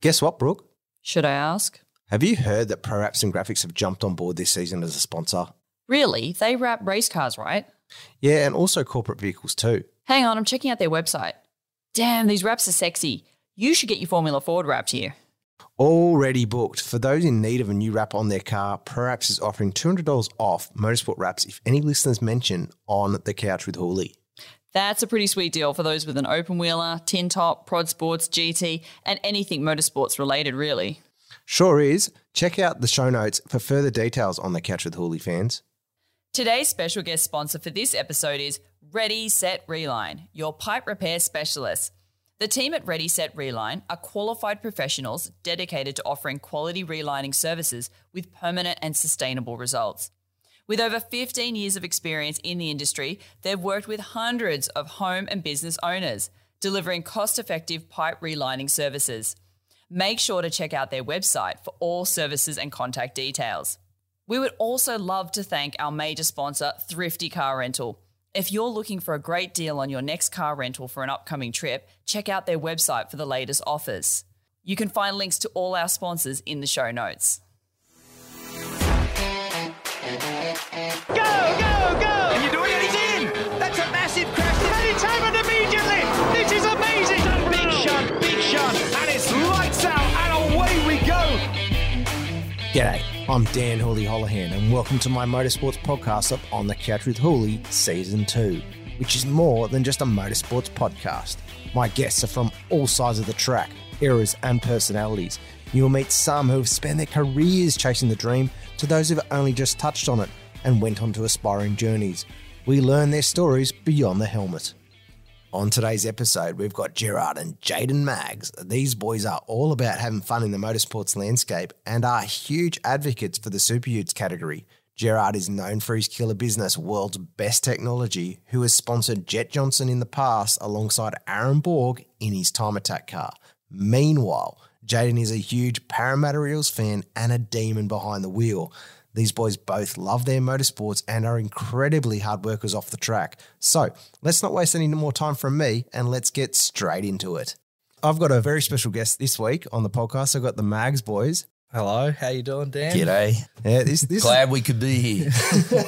Guess what, Brooke? Should I ask? Have you heard that Pro Apps and Graphics have jumped on board this season as a sponsor? Really? They wrap race cars, right? Yeah, and also corporate vehicles too. Hang on, I'm checking out their website. Damn, these wraps are sexy. You should get your Formula Ford wrapped here. Already booked. For those in need of a new wrap on their car, ProApps is offering $200 off motorsport wraps if any listeners mention on the couch with Hooley. That's a pretty sweet deal for those with an open wheeler, tin top, prod sports, GT, and anything motorsports related, really. Sure is. Check out the show notes for further details on the couch with Hooley fans. Today's special guest sponsor for this episode is Ready Set Reline, your pipe repair specialist. The team at Ready Set Reline are qualified professionals dedicated to offering quality relining services with permanent and sustainable results. With over 15 years of experience in the industry, they've worked with hundreds of home and business owners, delivering cost effective pipe relining services. Make sure to check out their website for all services and contact details. We would also love to thank our major sponsor, Thrifty Car Rental. If you're looking for a great deal on your next car rental for an upcoming trip, check out their website for the latest offers. You can find links to all our sponsors in the show notes. Go, go, go! And you do it, and he's in! That's a massive crash. And it's happened immediately! This is amazing! Big shot, big shot, and it's lights out, and away we go! G'day, I'm Dan Hooley Holohan, and welcome to my motorsports podcast of On the Couch with Hooley Season 2, which is more than just a motorsports podcast. My guests are from all sides of the track, eras, and personalities. You'll meet some who've spent their careers chasing the dream, to those who've only just touched on it and went on to aspiring journeys. We learn their stories beyond the helmet. On today's episode, we've got Gerard and Jaden Maggs. These boys are all about having fun in the motorsports landscape and are huge advocates for the Super Utes category. Gerard is known for his killer business, World's Best Technology, who has sponsored Jet Johnson in the past alongside Aaron Borg in his Time Attack car. Meanwhile, Jaden is a huge Parramatta Eels fan and a demon behind the wheel. These boys both love their motorsports and are incredibly hard workers off the track. So let's not waste any more time from me and let's get straight into it. I've got a very special guest this week on the podcast. I've got the Mags boys. Hello, how you doing, Dan? G'day. Yeah, this, this Glad we could be here.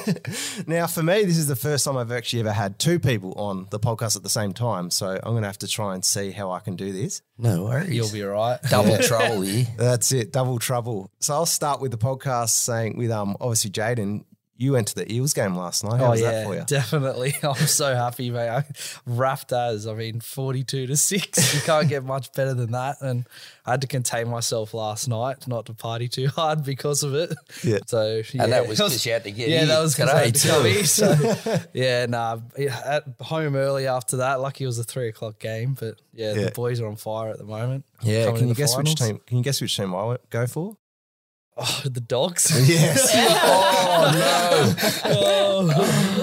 now for me, this is the first time I've actually ever had two people on the podcast at the same time. So I'm going to have to try and see how I can do this. No worries. You'll be all right. Double troll here. That's it, double trouble. So I'll start with the podcast saying with um obviously Jaden, you went to the Eels game last night. How was that for you? Oh, definitely. I'm so happy, mate. I'm Raft as I mean, 42 to six. You can't get much better than that. And I had to contain myself last night not to party too hard because of it. Yeah. So yeah, And that was it 'cause you had to get Yeah, here that was 'cause I had to today come here, So yeah, nah. yeah, At home early after that. Lucky it was a three o'clock game, but yeah, Yeah. the boys are on fire at the moment. Yeah, Coming can to you the guess which team? finals. Can you guess which team I went- go for? Oh, the dogs. Yes. oh, oh, the-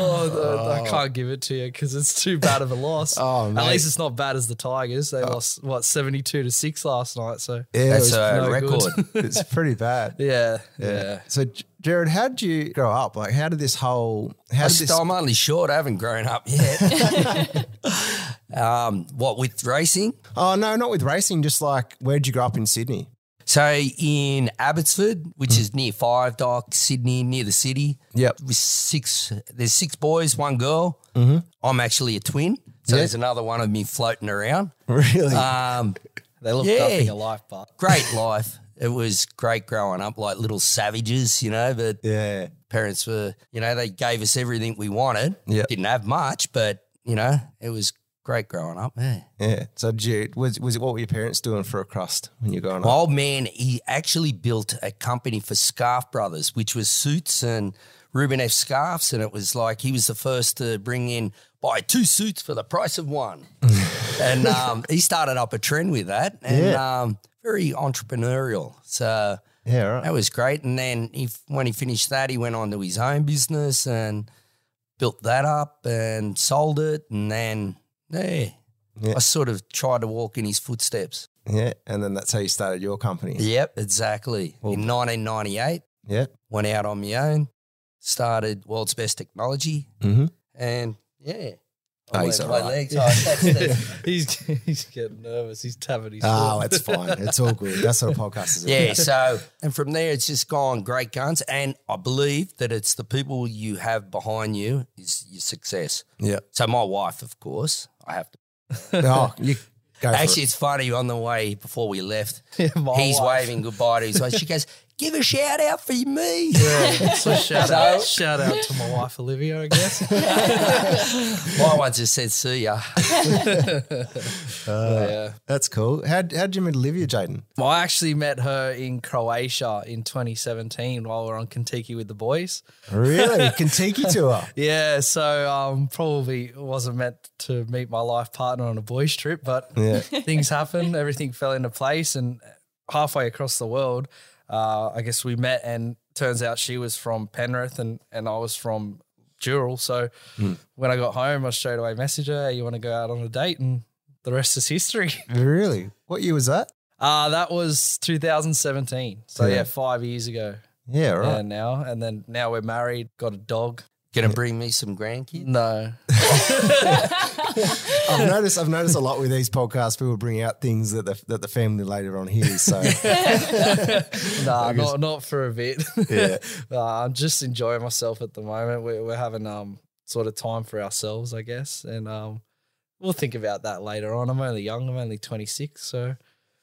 I can't give it to you because it's too bad of a loss. Oh, mate. At least it's not bad as the Tigers. They lost what seventy two to six last night. So Yeah, That's it was- a no record. it's pretty bad. yeah, yeah. Yeah. So J- Jared, how did you grow up? Like, how did this whole how I did this? st- I'm only short. I haven't grown up yet. um, what with racing? Oh no, not with racing. Just like, where did you grow up in Sydney? So in Abbotsford, which is near Five Dock, Sydney, near the city. Yep. With six, there's six boys, one girl. Mm-hmm. I'm actually a twin, so Yeah. there's another one of me floating around. Really? Um, They look Yeah. nothing alike, but great life. It was great growing up, like little savages, you know. But yeah. parents were, you know, they gave us everything we wanted. Yep. Didn't have much, but you know, it was great growing up. Yeah. Yeah. So did you, was was it what were your parents doing for a crust when you're growing My up? old man, he actually built a company for Scarf Brothers, which was suits and Ruben F. Scarfs. And it was like he was the first to bring in buy two suits for the price of one. and um, he started up a trend with that and um, very entrepreneurial. So Yeah. Right. That was great. And then he, when he finished that, he went on to his own business and built that up and sold it. And then, yeah, Yeah. I sort of tried to walk in his footsteps. Yeah, and then that's how you started your company. Yep, exactly. in 1998, Yeah. went out Mm-hmm. on my own, started World's Best Technology. Mhm. And yeah, Oh, he's all My right. legs. Oh, that's the- he's, he's getting nervous. He's tapping his Oh, Ah, foot. it's fine. It's all good. That's what a podcast is about. Yeah, so and from there it's just gone great guns, and I believe that it's the people you have behind you is your success. Yeah. So my wife, of course, I have to. Oh, you go for Actually, it. it's funny. On the way before we left, my wife. he's waving goodbye to his wife. She goes, "Give a shout out for me." So shout out, shout out to my wife Olivia, I guess. my one just said, "See ya." yeah. That's cool. How how'd you meet Olivia, Jaden? Well, I actually met her in Croatia in 2017 while we are on Kentucky with the boys. Really? Kentucky tour. Yeah, so um, probably wasn't meant to meet my life partner on a boys trip, but Yeah. things happened. Everything fell into place, and halfway across the world, uh, I guess we met. And turns out she was from Penrith, and and I was from Dural. So Hmm. when I got home, I straight away messaged her, "Hey, "You want to go out on a date?" And the rest is history. Really? What year was that? Uh, that was 2017. So Yeah. yeah, five years ago. Yeah, right. Yeah, now and then now we're married, got a dog. Gonna bring me some grandkids. No, I've noticed. I've noticed a lot with these podcasts. People bring out things that the that the family later on hears. So nah, not not for a bit. Yeah, uh, I'm just enjoying myself at the moment. We're we're having um sort of time for ourselves, I guess, and um we'll think about that later on. I'm only young. I'm only 26, so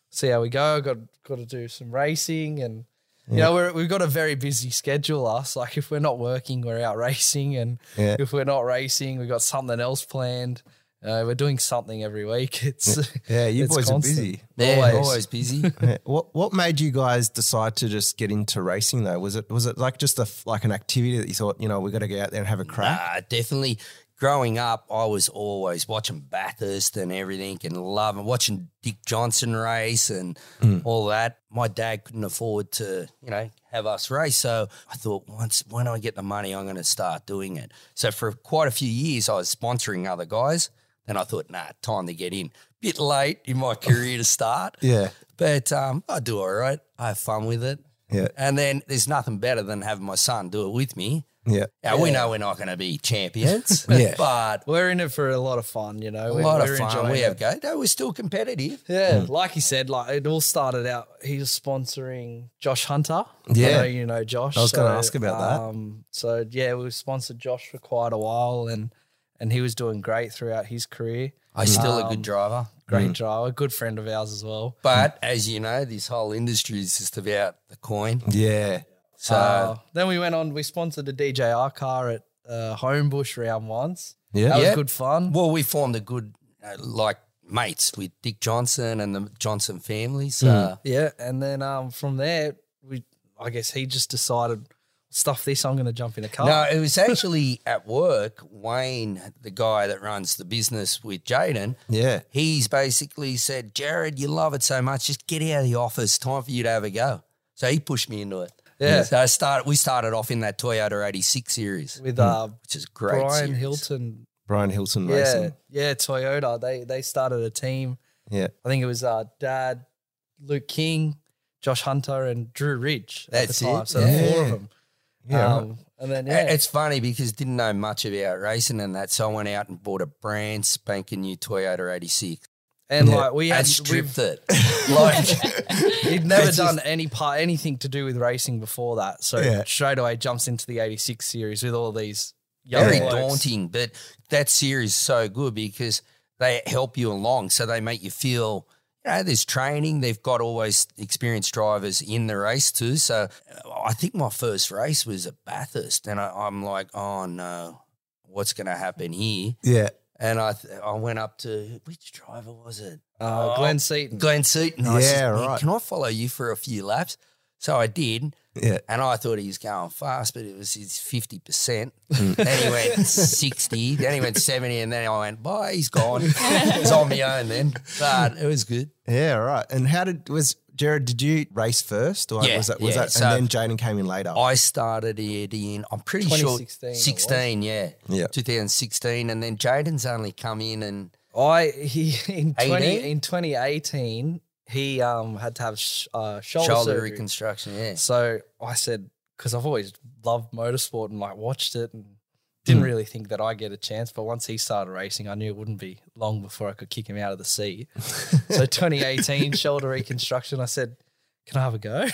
see how we go. Got got to do some racing and. You know, we're, we've got a very busy schedule. Us, like, if we're not working, we're out racing, and Yeah. if we're not racing, we've got something else planned. Uh, we're doing something every week. It's yeah, you it's boys constant. are busy. They're Always. always busy. Yeah. What what made you guys decide to just get into racing though? Was it was it like just a f- like an activity that you thought you know we got to go out there and have a crack? Uh, definitely. Growing up, I was always watching Bathurst and everything and loving watching Dick Johnson race and Mm. all that. My dad couldn't afford to, you know, have us race. So I thought once when I get the money, I'm going to start doing it. So for quite a few years, I was sponsoring other guys. Then I thought, nah, time to get in. Bit late in my career to start. Yeah, But um, I do all right. I have fun with it. Yeah. And then there's nothing better than having my son do it with me. yeah, Now, we know we're not going to be champions, Yeah. but we're in it for a lot of fun, you know. a lot of fun. We have go. No, we're still competitive. Yeah, Hmm. like he said, like it all started out. He was sponsoring Josh Hunter. I Yeah. know you know Josh. I was gonna ask about that. Um, so yeah, we sponsored Josh for quite a while, and and he was doing great throughout his career. Mm. I'm still Um, a good driver. Hmm. Great driver, good friend of ours as well. But as you know, this whole industry is just about the coin. yeah. So Uh, then we went on. We sponsored a DJR car at uh, Homebush round once. Yeah. that Yeah. was good fun. Well, we formed a good, uh, like, mates with Dick Johnson and the Johnson family. So Mm. Yeah, and then um, from there, we I guess he just decided stuff this. I'm going to jump in a car. No, it was actually at work. Wayne, the guy that runs the business with Jaden, Yeah. he's basically said, Jared, you love it so much, just get out of the office. Time for you to have a go. So he pushed me into it. Yeah. So I started. We started off in that Toyota 86 series, Hmm. with uh, which is great. Brian series. Hilton. Brian Hilton Yeah, racing. yeah, Toyota. They they started a team. Yeah, I think it was uh, Dad, Luke King, Josh Hunter, and Drew Ridge. That's at the time. it. So the four Yeah. of them. yeah. right. um, And then yeah, A- It's funny because didn't know much about racing and that, so I went out and bought a brand spanking new Toyota 86 and yeah. like we and had stripped we've it. like he'd never It's just- done any part anything to do with racing before that. So Yeah. straight away jumps into the '86 series with all these young very blokes. daunting, but that series is so good because they help you along. So they make you feel, you know, there's training. They've got always experienced drivers in the race too. So uh, I think my first race was at Bathurst, and I, I'm like, oh no, what's going to happen here? yeah. And I th- I went up to which driver was it? Oh, Uh, Glenn Seaton. Glenn Seaton. I said, Yeah, "Man, right. Can I follow you for a few laps? So I did. Yeah. And I thought he was going fast, but it was his 50%. Mm. Then he went 60, then he went 70, and then I went, bye, he's gone. it's on my own then. But it was good. Yeah, right. And how did was Jared? Did you race first, or Yeah, was that was yeah. that? So- and then Jaden came in later. I started it in, I'm pretty sure, 2016 it was. 16, yeah. Yeah. 2016. And then Jaden's only come in and I he in twenty 18? in twenty eighteen he um had to have sh- uh, shoulder, shoulder surgery. reconstruction, yeah. So I said because I've always loved motorsport and like watched it and Didn't Hmm. really think that I get a chance, but once he started racing, I knew it wouldn't be long before I could kick him out of the seat. so 2018 shoulder reconstruction, I said, "Can I have a go?"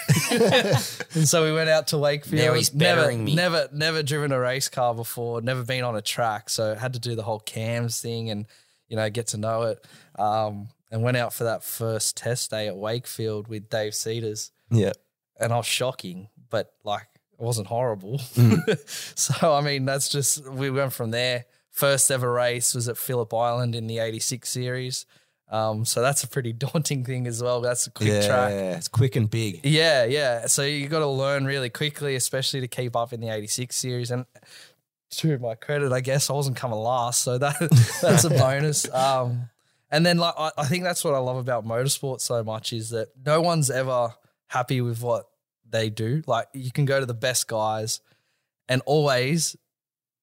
and so we went out to Wakefield. Now he's never, bettering me. never, never driven a race car before. Never been on a track, so had to do the whole cams thing and you know get to know it. Um, and went out for that first test day at Wakefield with Dave Cedars Yeah. and I was shocking, but like it wasn't horrible. so I mean, that's just we went from there. First ever race was at Phillip Island in the '86 series. Um, so that's a pretty daunting thing as well. That's a quick yeah. track. It's quick and big. Yeah, yeah. So you got to learn really quickly, especially to keep up in the '86 series. And to my credit, I guess I wasn't coming last, so that that's a bonus. Um, and then like I, I think that's what I love about motorsport so much is that no one's ever happy with what they do. Like you can go to the best guys, and always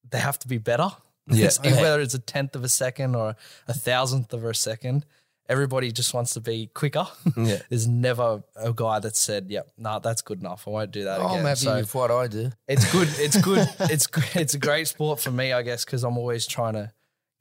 they have to be better. Yeah. It's- whether it's a tenth of a second or a thousandth of a second. Everybody just wants to be quicker. Yeah. There's never a guy that said, "Yep, nah, that's good enough. I won't do that Oh, again." I'm happy So- with what I do. it's good. It's good. it's gr- it's a great sport for me, I guess, because I'm always trying to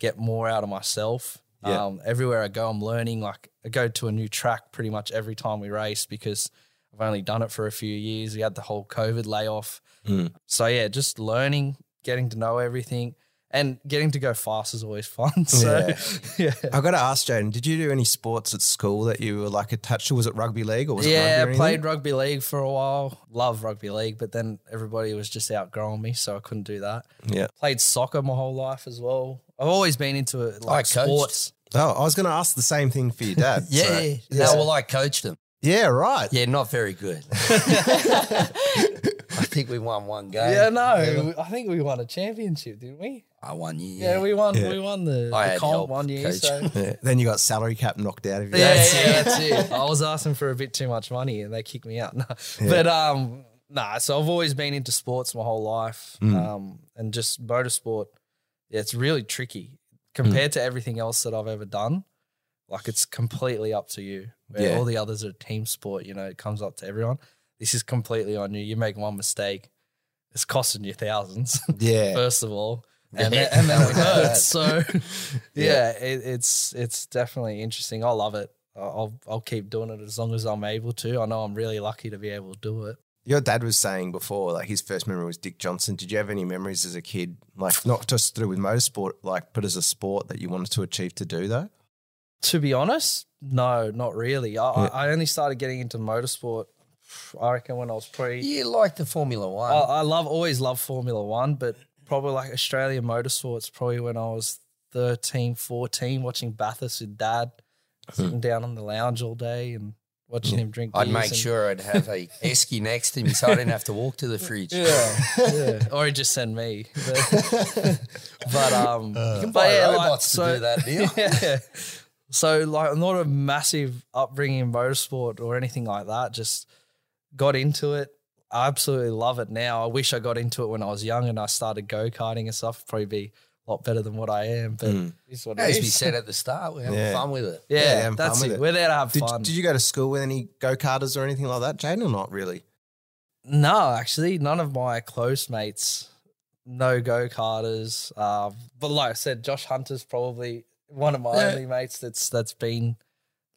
get more out of myself. Yeah. Um, everywhere I go, I'm learning. Like I go to a new track pretty much every time we race because I've only done it for a few years. We had the whole COVID layoff, Mm. so yeah, just learning, getting to know everything, and getting to go fast is always fun. So Yeah. yeah. I got to ask, Jaden, did you do any sports at school that you were like attached to? Was it rugby league or was yeah, it rugby? or I played anything? rugby league for a while. Love rugby league, but then everybody was just outgrowing me, so I couldn't do that. Yeah. Played soccer my whole life as well. I've always been into it, like I coached. sports. Oh, I was going to ask the same thing for your dad. Yeah, so- yeah. yeah. No, well, I coached them. Yeah, right. Yeah, not very good. I think we won one game. Yeah, no, I think we won a championship, didn't we? I won you. Yeah, we won. Yeah. We won the, I the had comp help, one year. coach. So. Yeah. Then you got salary cap knocked out of you. Yeah, yeah, that's it. I was asking for a bit too much money, and they kicked me out. No. But um, nah. So I've always been into sports my whole life, um, and just motorsport. Yeah, it's really tricky compared to everything else that I've ever done. Like it's completely up to you. Where Yeah. all the others are team sport. You know, it comes up to everyone. This is completely on you. You make one mistake, it's costing you thousands Yeah. first of all. Eh. And, Yeah. that, and that would Yeah. hurt. So, yeah, it, it's it's definitely interesting. I love it. I- I'll I'll keep doing it as long as I'm able to. I know I'm really lucky to be able to do it. Your dad was saying before, like his first memory was Dick Johnson. Did you have any memories as a kid, like not just through with motorsport, like but as a sport that you wanted to achieve to do though? To be honest, no, not really. I, I I only started getting into motorsport. I reckon when I was pretty. You like the Formula One. I, I love always love Formula One, but probably like Australian motorsports, probably when I was 13, 14, watching Bathurst with dad, sitting down on the lounge all day and watching him drink. I'd beers make and- sure I'd have a esky next to me so I didn't have to walk to the fridge. Yeah, yeah. or he just send me. But, but, um, Uh, you can Buy robots to do that deal. yeah. So like not a massive upbringing in motorsport or anything like that. Just got into it. I absolutely love it now. I wish I got into it when I was young and I started go karting and stuff. Probably be a lot better than what I am. But Mm. it's what it As we is. said at the start, we're having Yeah. fun with it. Yeah, Yeah, have that's fun it. with it. We're there to have Did, fun. did you go to school with any go karters or anything like that, Jaden, or not really? No, actually, none of my close mates, no go karters. Uh, but like I said, Josh Hunter's probably one of my Yeah. only mates that's that's been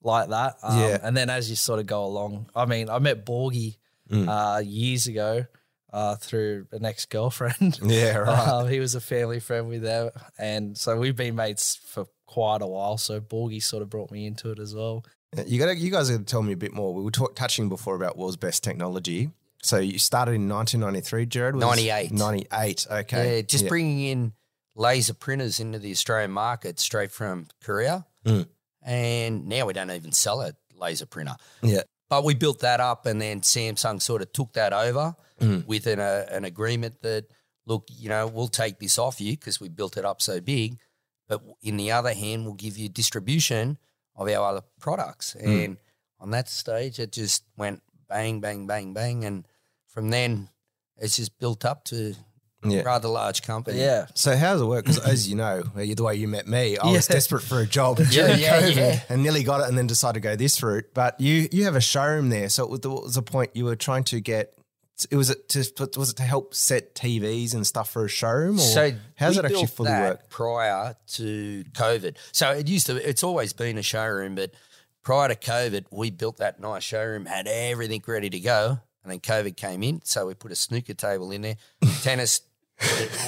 like that. Um, Yeah. And then as you sort of go along, I mean, I met Borgie Mm. uh, years ago uh, through an ex girlfriend. Yeah, Um, he was a family friend with them, and so we've been mates for quite a while. So Borgie sort of brought me into it as well. Uh, You got to you guys got to tell me a bit more. We were talk, touching before about world's best technology. So you started in 1993, Jared. Was 98. 98. Okay. Yeah, just bringing in laser printers into the Australian market straight from Korea. Mm. And now we don't even sell a laser printer. Yeah. But we built that up and then Samsung sort of took that over Mm. with an, uh, an agreement that, look, you know, we'll take this off you because we built it up so big. But in the other hand, we'll give you distribution of our other products. And on that stage, it just went bang, bang, bang, bang. And from then, it's just built up to Yeah. rather large But company. yeah, So how does it work? Because as you know, the way you met me, I was Yeah. desperate for a job Yeah, during yeah, COVID yeah. and nearly got it, and then decided to go this route. But you you have a showroom there, so it was, what was the point you were trying to get It was it to was it to help set TVs and stuff for a showroom, or So how's we it actually built fully that work? prior to COVID? So it used to. It's always been a showroom, but prior to COVID, we built that nice showroom, had everything ready to go, and then COVID came in, so we put a snooker table in there, tennis.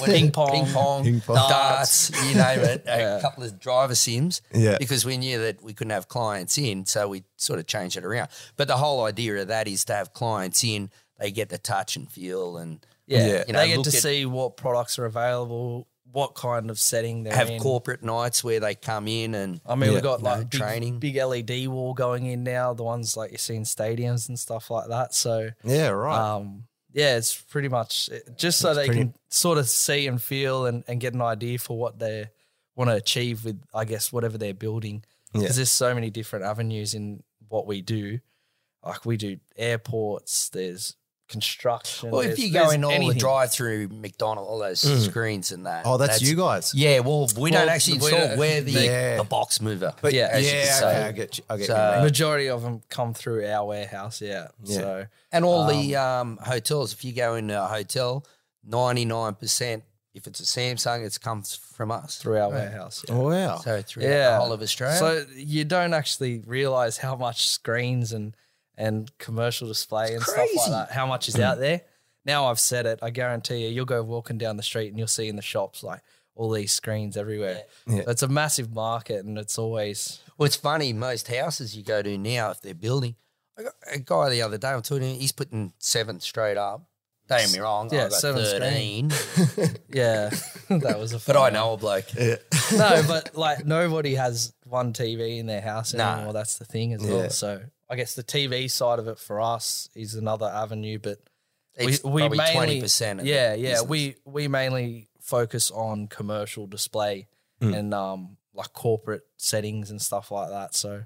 Ping pong. ping pong, Ping pong. darts, you name it, a couple of driver sims, Yeah. because we knew that we couldn't have clients in, so we sort of changed it around. But the whole idea of that is to have clients in, they get to touch and feel, and Yeah, Yeah. you know, they get look to at- see what products are available, what kind of setting they're have in. corporate nights where they come in and I mean, Yeah. we've got You know, like big, training. big LED wall going in now, the ones like you see in stadiums and stuff like that. So, Yeah, right. um, yeah, it's pretty much it- just so they pretty- can sort of see and feel and, and get an idea for what they want to achieve with, I guess, whatever they're building. Because Yeah. there's so many different avenues in what we do. Like we do airports, there's construction. well, if there's- you go there's in all the anything. drive-through McDonald's, all those screens and that. Mm. oh, that's, you guys. Yeah, well, we Well, don't actually we install. don't- we're the, Yeah. the box mover. But Yeah, yeah, as you yeah, can okay, say. I get you. I get So- you. Uh, mate. Majority of them come through our warehouse, yeah. Yeah. So and all the um, hotels. If you go in a hotel, ninety-nine percent, if it's a Samsung, it comes from us. through our warehouse. Oh, yeah. Wow. So throughout Yeah. the whole of Australia. So you don't actually realize how much screens and and commercial display and stuff crazy. like that, how much is out there. Now I've said it, I guarantee you, you'll go walking down the street and you'll see in the shops like all these screens everywhere. Yeah. It's a massive market and it's always Well, it's funny. Most houses you go to now, if they're building, I got a guy the other day I'm talking, to him, he's putting seven straight up. Don't get me wrong, Yeah, I got seven straight. thirteen, yeah. that was a but I fun- know a bloke. no, but like nobody has one TV in their house Nah. anymore. That's the thing as Yeah. well. So I guess the TV side of it for us is another avenue, but It's probably 20% of yeah the yeah business. we we mainly focus on commercial display and um like corporate settings and stuff like that so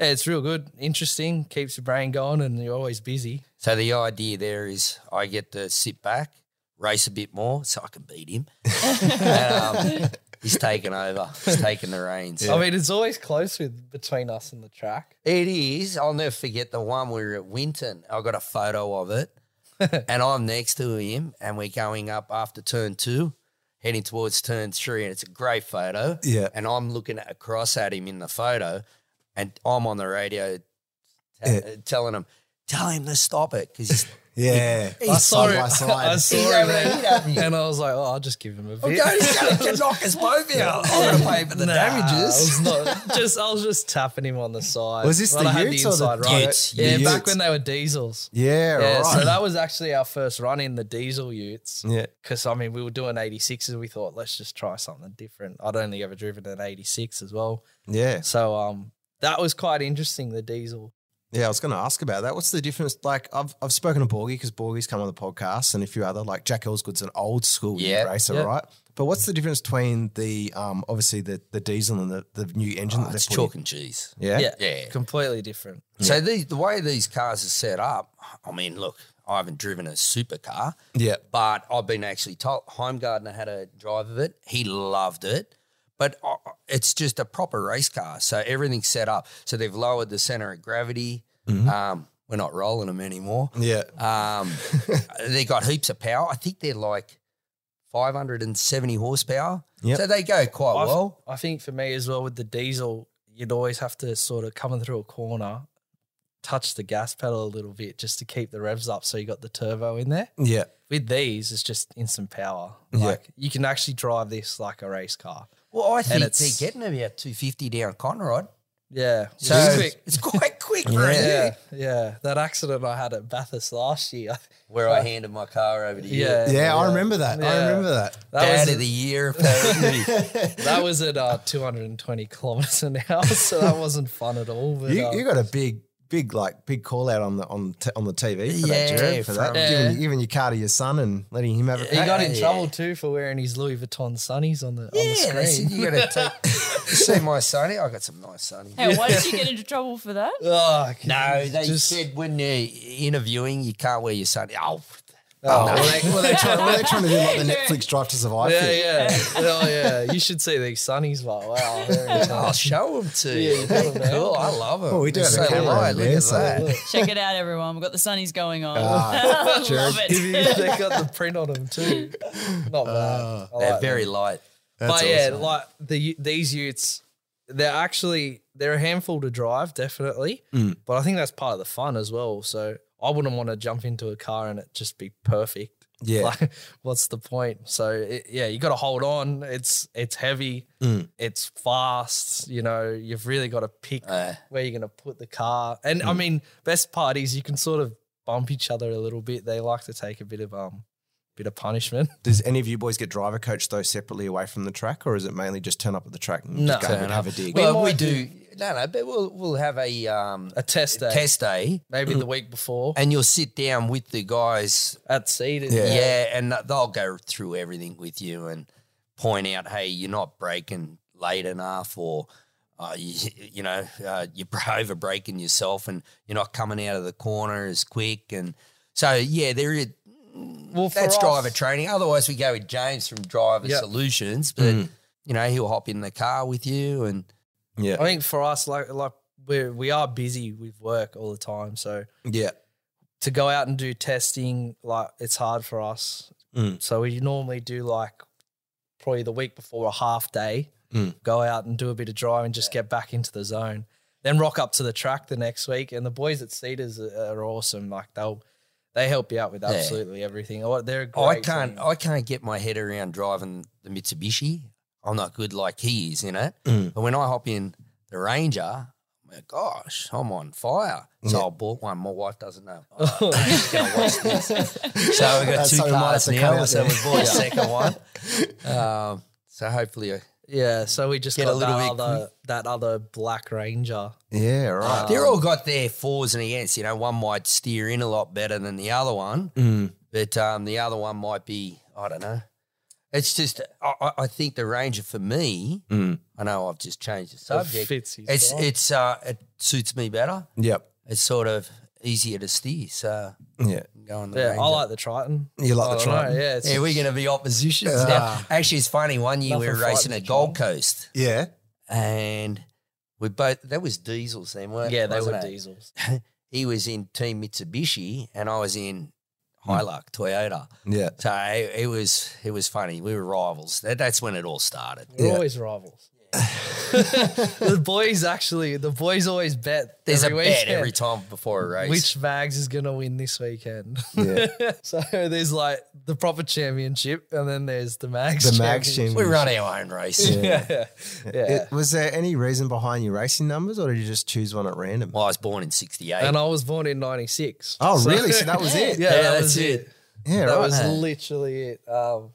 yeah, it's real good interesting keeps your brain going and you're always busy So the idea there is I get to sit back, race a bit more, so I can beat him. and, um, he's taking over. He's taking the reins. i mean it's always close with between us and the track It is. I'll never forget the one we were at Winton. I got a photo of it, and I'm next to him, and we're going up after turn two, heading towards turn three, and it's a great photo. Yeah. And I'm looking at, across at him in the photo, and I'm on the radio t- Yeah. telling him, tell him to stop it because he's Yeah. He's Like it. side by I side. saw He's it, over there, he's over here. and I was like, "Oh, I'll just give him a bit." going to knock us both out. I'm going to pay for the Nah, damages. I was not just. I was just tapping him on the side. Was this Well, the I had Utes or the inside right? Utes? Yeah, The back Utes. when they were diesels. Yeah, Yeah, right. so that was actually our first run in the diesel utes. Yeah. Because, I mean, we were doing 86s. We thought, let's just try something different. I'd only ever driven an 86 as well. yeah. So um, that was quite interesting, the diesel. Yeah, I was going to ask about that. What's the difference? Like, I've I've spoken to Borgie because Borgie's come on the podcast, and a few other like Jack Elsgood's an old school Yeah. racer, Yeah. right? But what's the difference between the um obviously the the diesel and the, the new engine that Oh, It's they're chalk putting? and cheese. Yeah, Yeah. Yeah. Completely different. So these, the way these cars are set up, I mean, look, I haven't driven a supercar, yeah, but I've been actually told Heimgardner had a drive of it. He loved it. But I- I- it's just a proper race car. So everything's set up. So they've lowered the center of gravity. Um, we're not rolling them anymore. yeah. Um, they got heaps of power. I think they're like 570 horsepower. Yep. So they go quite I- well. I think for me as well, with the diesel, you'd always have to sort of coming through a corner, touch the gas pedal a little bit just to keep the revs up so you got the turbo in there. yeah, With these, it's just instant power. Yeah. Like you can actually drive this like a race car. Well, I think it's- they're getting about 250 down Conrad. Yeah. So It's it's, quick. quite quick for a Yeah, hit. yeah. That accident I had at Bathurst last year. Where I handed my car over to you. Yeah, yeah. I remember that. I Yeah. remember that. That Dad was, of the year, apparently. that was at uh, 220 kilometers an hour, so that wasn't fun at all. But, You, um, you got a big big like big call out on the on t- on the TV for Yeah, that, Jared, for that from- giving, giving your car to your son and letting him have a he crack. got in Yeah. trouble too for wearing his Louis Vuitton sunnies on the on the yeah, screen. they said you got to take. You see my sonny? I got some nice sonny. Hey, why did you get into trouble for that? Oh, No, they just- said when you're interviewing, you can't wear your sonny. Oh, Oh, were, they, were, they trying, were they trying to do like the Netflix Drive to Survive Yeah, thing? yeah. oh, yeah. You should see these sunnies, but wow. they're intense. I'll show them to Yeah, you. you tell 'em that. cool, I love them. Oh, we do have a camera over there, so- Check it out, everyone. We've got the sunnies going on. Ah, Love it. they got the print on them too. Not bad. I They're like them. very light. but Uh, That's yeah, awesome. like the these Utes, they're actually they're a handful to drive, definitely. Mm. But I think that's part of the fun as well. So I wouldn't want to jump into a car and it just be perfect. Yeah. Like, what's the point? So it, yeah, you got to hold on. It's it's heavy. Mm. It's fast. You know, you've really got to pick Uh. Mm. where you're gonna put the car. And I mean, best part is you can sort of bump each other a little bit. They like to take a bit of um, bit of punishment. Does any of you boys get driver coached though separately away from the track, or is it mainly just turn up at the track and No. just go Turn and have a dig? Well, we might do. No, no, but we'll we'll have a um A test day, test day, maybe the week before. and you'll sit down with the guys. at seed. Yeah, and they'll go through everything with you and point out, hey, you're not braking late enough, or uh, you, you know, uh, you're over braking yourself, and you're not coming out of the corner as quick. And so, yeah, there is Well, for that's us- driver training. Otherwise, we go with James from Driver Yep. Solutions, but you know, he'll hop in the car with you and. Yeah, I think for us, like like we we are busy with work all the time, so yeah, to go out and do testing, like it's hard for us. Mm. So we normally do like probably the week before a half day, Mm. go out and do a bit of driving, just get back into the zone. Then rock up to the track the next week, and the boys at Cedars are, are awesome. Like they'll they help you out with absolutely everything. Oh, they're a great I can't. team. I can't get my head around driving the Mitsubishi. I'm not good like he is in it. Mm. But when I hop in the Ranger, my gosh, I'm on fire. So I bought one. My wife doesn't know. Oh, she's gonna watch this. So we got That's two so nice cars to cut now. out So we there. bought a second one. Um, so hopefully, I, Yeah, so we just Get got a little that bit other that other Black Ranger. yeah, right. they're all got their fours and against. You know, one might steer in a lot better than the other one, but um, the other one might be. I don't know. It's just I, I- I think the Ranger for me. I know I've just changed the subject. fits his it's vibe. it's uh, it suits me better. Yep. It's sort of easier to steer. So Yeah. going the Yeah, Ranger. I like the Triton. You like I the don't know, Triton? Yeah, it's yeah, we're going to be oppositions now. Actually, it's funny. One year we were Nothing racing frightens at you, Gold Coast, Yeah. and we both that was diesels then, weren't? yeah, they wasn't were it? diesels. he was in Team Mitsubishi and I was in Hilux Toyota. Yeah. So it, it was it was funny. We were rivals. That, that's when it all started. We're always rivals. the boys actually, the boys always bet. There's every a bet weekend every time before a race. Which bags is gonna win this weekend? Yeah. so there's like the proper championship, and then there's the mags. The Mags championship. team. we run our own race. Yeah, yeah. It- was there any reason behind your racing numbers, or did you just choose one at random? Well, I was born in '68. And I was born in '96. Oh, really? So that was it? Yeah, Yeah, that that's was it. it. Yeah, That right. was literally it. Um,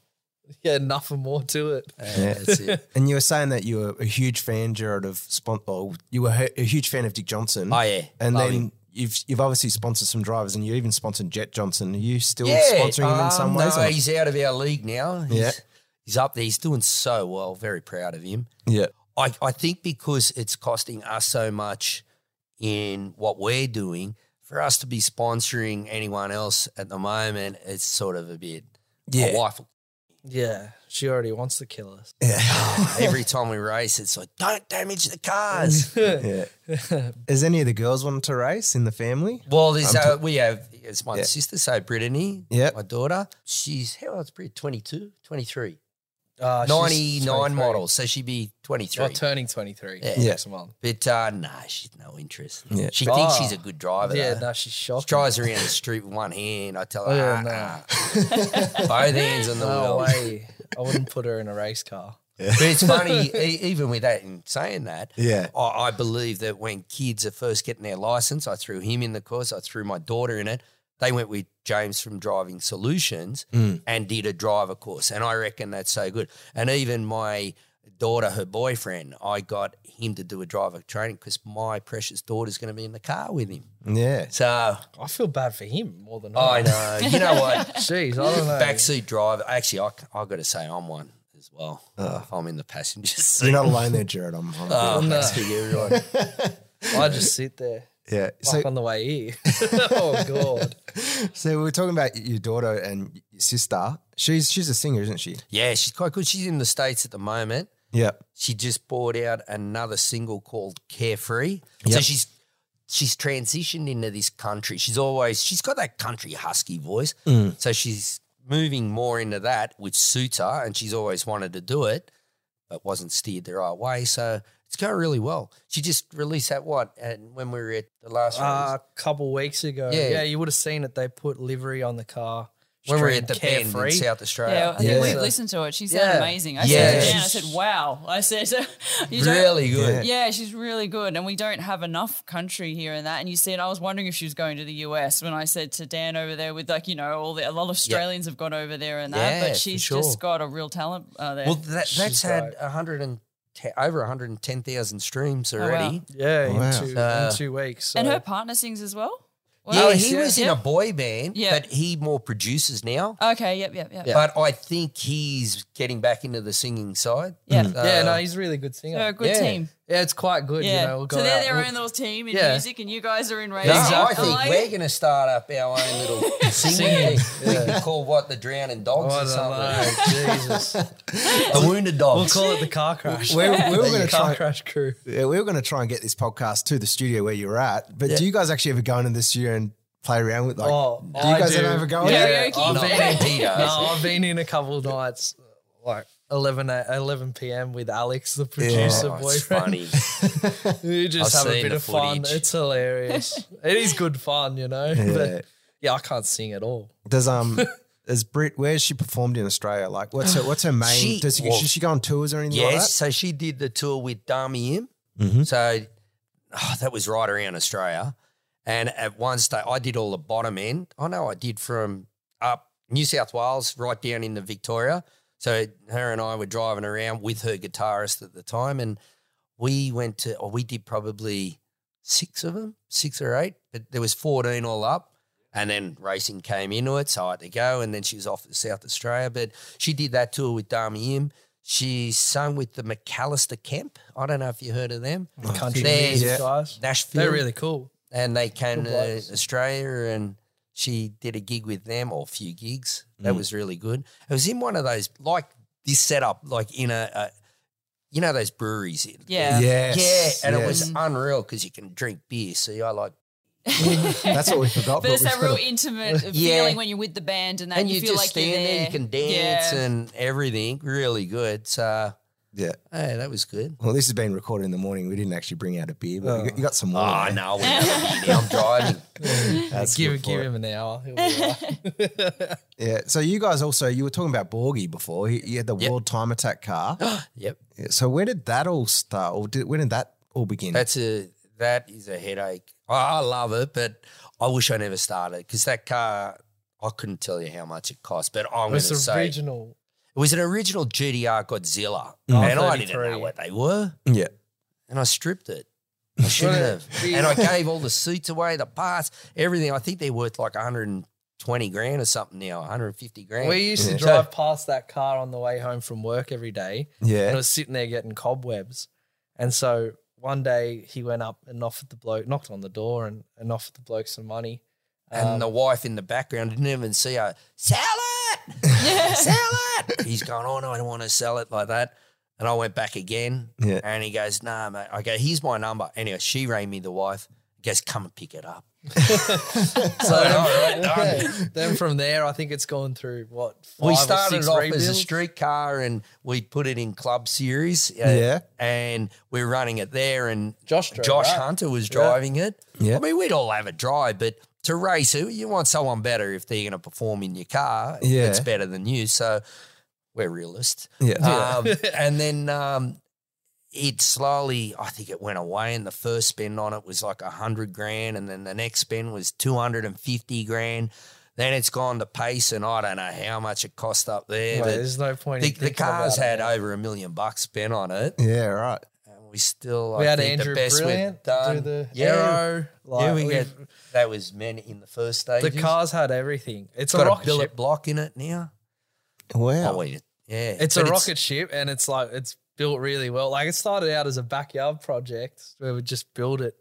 yeah, nothing more to it. Yeah, that's it. and you were saying that you were a huge fan, Jared, of spon- or you were hu- a huge fan of Dick Johnson. Oh, yeah. And Love then him. you've you've obviously sponsored some drivers, and you even sponsored Jet Johnson. Are you still Yeah, sponsoring him in some um, ways? No, or- he's out of our league now. He's, Yeah. he's up there. He's doing so well. Very proud of him. yeah. I, I think because it's costing us so much in what we're doing, for us to be sponsoring anyone else at the moment, it's sort of a bit. Yeah. My wife, Yeah, she already wants to kill us. every time we race, it's like, don't damage the cars. Mm. Yeah. Has any of the girls wanted to race in the family? well, there's, uh, we have, it's my Yeah. sister, so Brittany, Yep. my daughter. She's, how old's Britt? 22, 23. Uh, she's uh, 99 23. models, so she'd be 23. Well, turning 23 Yeah. next month. but uh, nah, she's no interest. Yeah. She thinks Oh. she's a good driver. Yeah, uh, though. no, she's She shocked. drives around the street with one hand. I tell her, Oh, yeah, "Ah, no. ah." both hands on the No wheel. way. I wouldn't put her in a race car. But it's funny, e- even with that and saying that, Yeah. I, I believe that when kids are first getting their license, I threw him in the course, I threw my daughter in it. They went with James from Driving Solutions Mm. and did a driver course. And I reckon that's so good. And even my daughter, her boyfriend, I got him to do a driver training because my precious daughter's going to be in the car with him. Yeah. So I feel bad for him more than I her. know, you know what? Jeez, I don't know. Backseat driver. Actually, I, I got to say, I'm one as well. If I'm in the passenger seat. Uh, You're not alone there, Jared. I'm, I'm Oh, no. that's for you, right. I just sit there. Yeah. So, Like on the way here. oh god. so we were talking about your daughter and your sister. She's she's a singer, isn't she? Yeah, she's quite good. She's in the States at the moment. Yeah. She just brought out another single called Carefree. So Yep. she's she's transitioned into this country. She's always she's got that country husky voice. So she's moving more into that, which suits her, and she's always wanted to do it, but wasn't steered the right way. So it's going really well. She just released that what and when we were at the last Uh, one. a couple weeks ago. Yeah. Yeah. you would have seen it. They put livery on the car. when we were Stream at the bend in Carefree. South Yeah, Australia. I think Yeah. we've listened to it. She sounded Yeah. amazing. I Yeah. said, yeah, I She's- said, wow. I said, you don't- Really good. Yeah, she's really good. And we don't have enough country here and that. And you said, I was wondering if she was going to the US when I said to Dan over there with like, you know, all the, a lot of Australians have gone over there and that, Yeah, but for she's sure. just got a real talent uh, there. Well, that, that's She's had like- a hundred and ten over 110,000 streams Oh, wow. already. Yeah, in, Oh, Wow. two, Uh, in two weeks. and so- her partner sings as well? Yeah, Well, he yeah. was in a boy band, Yeah. but he more produces now. Okay, yep, yep, yep. But I think he's getting back into the singing side. Yeah. So- yeah, no, he's a really good singer. They're a good uh, Yeah. team. Mm. Yeah, it's quite good. Yeah. You know, we'll go so they're out- their we'll- own little team in Yeah. music and you guys are in No, radio. I Exactly. think like we're it. going to start up our own little singing. Singing, thing. We can call what the drowning dogs I or don't something. know, Jesus. The wounded We'll dogs. call it the car crash. We, we The were going to car try. crash crew. Yeah, we were going to try and get this podcast to the studio where you're at. But do you guys actually ever go into the studio and play around with like? Oh, do you I guys do. ever go? in? Yeah. I've Karaoke? been- He does. no, I've been in a couple of nights, like 11, a- 11 p.m. with Alex, the producer Oh, it's boyfriend. funny. We just I've have a seen bit the of fun. footage. It's hilarious. it is good fun, you know. Yeah. But yeah, I can't sing at all. Does um is Brit where's she performed in Australia? Like what's her what's her main She- does she, well- should she go on tours or anything Yes, so she did the tour with Dami Im. So oh, that was right around Australia. And at one stage, I did all the bottom end. I know I did from up New South Wales right down into Victoria. So her and I were driving around with her guitarist at the time, and we went to, or we did probably six of them, six or eight, but there was fourteen all up. And then racing came into it, so I had to go. And then she was off to South Australia, but she did that tour with Dami Im. She sung with the McAllister Kemp. I don't know if you heard of them. Country They're music guys. Nashville. They're really cool. and they came Good to blokes. Australia and she did a gig with them or a few gigs. That was really good. It was in one of those like this setup, like in a, a you know those breweries. Yeah. like that? yeah. Yes. Yeah, and it yes. was unreal because you can drink beer. See, I like That's what we forgot. But it's we've that got real to- intimate Yeah. feeling when you're with the band and that and you, you, feel just like stand you're there. there. you can dance Yeah. and everything. Really good. So Yeah. hey, that was good. Well, this has been recorded in the morning. We didn't actually bring out a beer, but you, got, you got some more. Oh eh? no, we haven't been. I'm driving. That's give good for give it. him an hour. He'll be all right. Yeah. So you guys also you were talking about Borgie before. He, he had the World Time Attack car. Yep. Yeah, so where did that all start? Or did, when did that all begin? That's a that is a headache. I, I love it, but I wish I never started because that car. I couldn't tell you how much it cost, but I'm going to It's say it original. was an original GDR Godzilla, Oh, and I didn't 33. know what they were, yeah. and I stripped it. I shouldn't Well, have, the- uh, and I gave all the suits away, the parts, everything. I think they're worth like 120 grand or something now, 150 grand. We used to So- drive past that car on the way home from work every day, and it Yeah. was sitting there getting cobwebs. And so one day he went up and offered the bloke, knocked on the door, and, and offered the bloke some money. and Um, the wife in the background didn't even see her. Sell it, sell it. He's going, oh no, I don't want to sell it like that. And I went back again, Yeah. and he goes, nah, mate. I go, here's my number. Anyway, she rang me, the wife. Goes, come and pick it up. so all right, done. then from there, I think it's gone through what five We or started six off rebuilds? as a street car, and we put it in club series. uh, Yeah. and we are running it there, and Josh drove Josh that. Hunter was driving it. Yeah. I mean, we'd all have a drive, but to race, who- you want someone better if they're going to perform in your car. Yeah. it's better than you. So we're realists. Yeah. Um, and then um, it slowly, I think it went away. And the first spend on it was like a hundred grand, and then the next spend was two hundred and fifty grand. Then it's gone to pace, and I don't know how much it cost up there. Mate, but there's no point. the, in the thinking car's about it had now. over a million bucks spent on it, Yeah. Right. and we still We I had think Andrew the best Brilliant we've done. do the yeah, aero. yeah, Like, we we've- get that was men in the first stage. the car's had everything. It's a got a rocket billet ship. block in it now. Wow. Oh, wait, yeah, It's But a rocket ship, and it's like it's built really well. Like it started out as a backyard project where we just build it.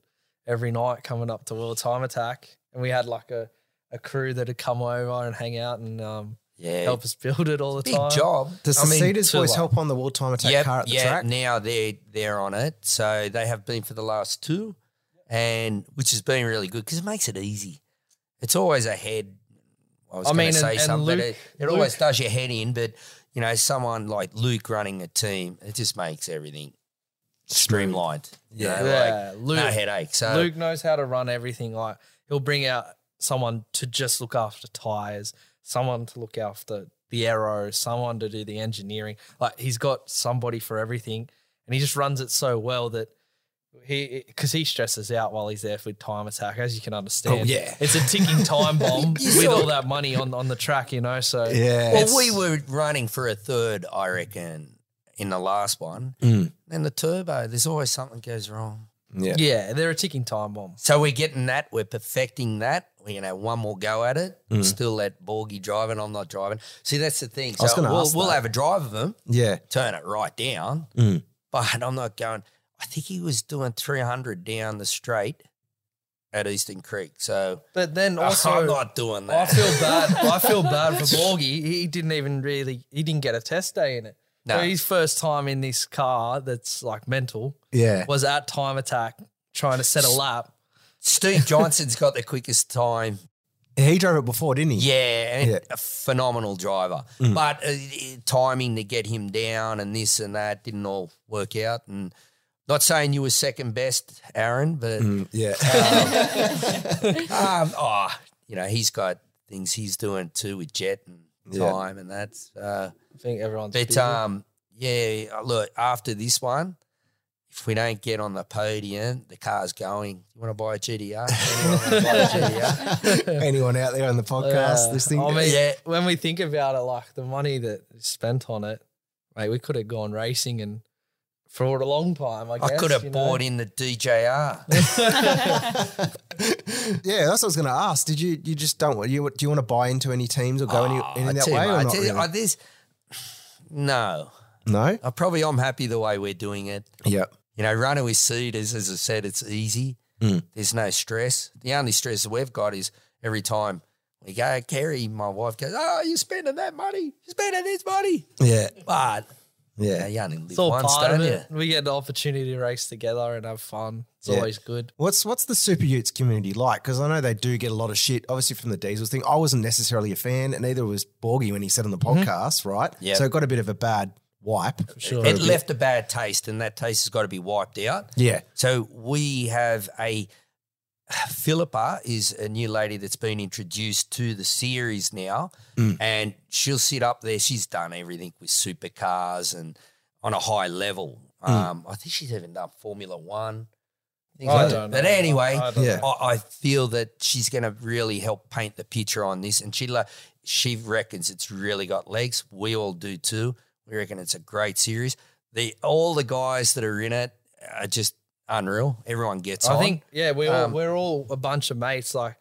every night coming up to World Time Attack, and we had like a, a crew that would come over and hang out and um, Yeah. help us build it all the Big time. job. Does the Cedars to Boys like- help on the World Time Attack Yeah, car at the track? Now they're they're on it, so they have been for the last two, and which has been really good because it makes it easy. It's always ahead. I was I going mean, to say and- and something, but Luke- it, it always Luke- does your head in. But you know, someone like Luke running a team, it just makes everything streamlined. you know, Yeah, like Luke- no headache. So Luke knows how to run everything. Like he'll bring out someone to just look after tires, someone to look after the aero, someone to do the engineering. Like he's got somebody for everything, and he just runs it so well that he because he stresses out while he's there for time attack, as you can understand. Oh, yeah. it's a ticking time bomb You with saw all it. that money on on the track, you know. So Yeah. Well, we were running for a third, I reckon, in the last one. Mm. And the turbo, there's always something goes wrong. yeah. yeah, they're a ticking time bomb. So we're getting that, we're perfecting that. We're gonna have one more go at it. Mm. Still let Borgie driving, I'm not driving. See, that's the thing. So was gonna we'll, ask we'll that. Mm. have a drive of them, Yeah. turn it right down, but I'm not going. I think he was doing 300 down the straight at Eastern Creek. So But then also, I'm not doing I that. feel bad. I feel bad for Borgie. He didn't even really. He didn't get a test day in it. No. So his first time in this car that's like mental Yeah. was at time attack trying to set a lap. Steve Johnson's got the quickest time He drove it before, didn't he? Yeah, and Yeah. a phenomenal driver. But uh, i- timing to get him down and this and that didn't all work out. And not saying you were second best, Aaron, but Yeah. Uh, um, oh, you know he's got things he's doing too with jet and Yeah. time and that's. Uh, I think everyone's but busy. um, yeah, uh, look after this one. If we don't get on the podium, the car's going. You want to buy a GDR? Anyone wanna buy a GDR? Anyone out there on the podcast Uh, Yeah. listening? I mean, Yeah. when we think about it, like the money that is spent on it, mate, we could have gone racing and for a long time. I, guess, I could you have know? bought in the DJR. yeah, that's what I was going to ask. Did you you just don't want you do you want to buy into any teams or go any any I that tell you, way mate, or I not tell you, really? I- this- no, no. I probably I'm happy the way we're doing it. Yeah. You know, runner with seed is, as I said, it's easy. Hmm. There's no stress. The only stress that we've got is every time we go, Kerry, my wife goes, "Oh, you're spending that money. You're spending this money." Yeah. But you, know, Yeah. you only live It's all once, part of don't it. you? We get the opportunity to race together and have fun. It's Yeah. always good. What's what's the Super Utes community like? Because I know they do get a lot of shit, obviously from the Diesels thing. I wasn't necessarily a fan, and neither was Borgie when he said on the podcast, right? Yeah. So it got a bit of a bad wipe. Sure. It left a bad taste, and that taste has got to be wiped out. Yeah. So we have a Philippa is a new lady that's been introduced to the series now, and she'll sit up there. She's done everything with supercars and on a high level. Um, I think she's even done Formula One. things I like that. don't But know. anyway, I don't Yeah. I, I feel that she's going to really help paint the picture on this, and she lo- she reckons it's really got legs. We all do too. We reckon it's a great series. The all the guys that are in it are just unreal. Everyone gets. I on. think yeah, we all, Um, we're all a bunch of mates. Like,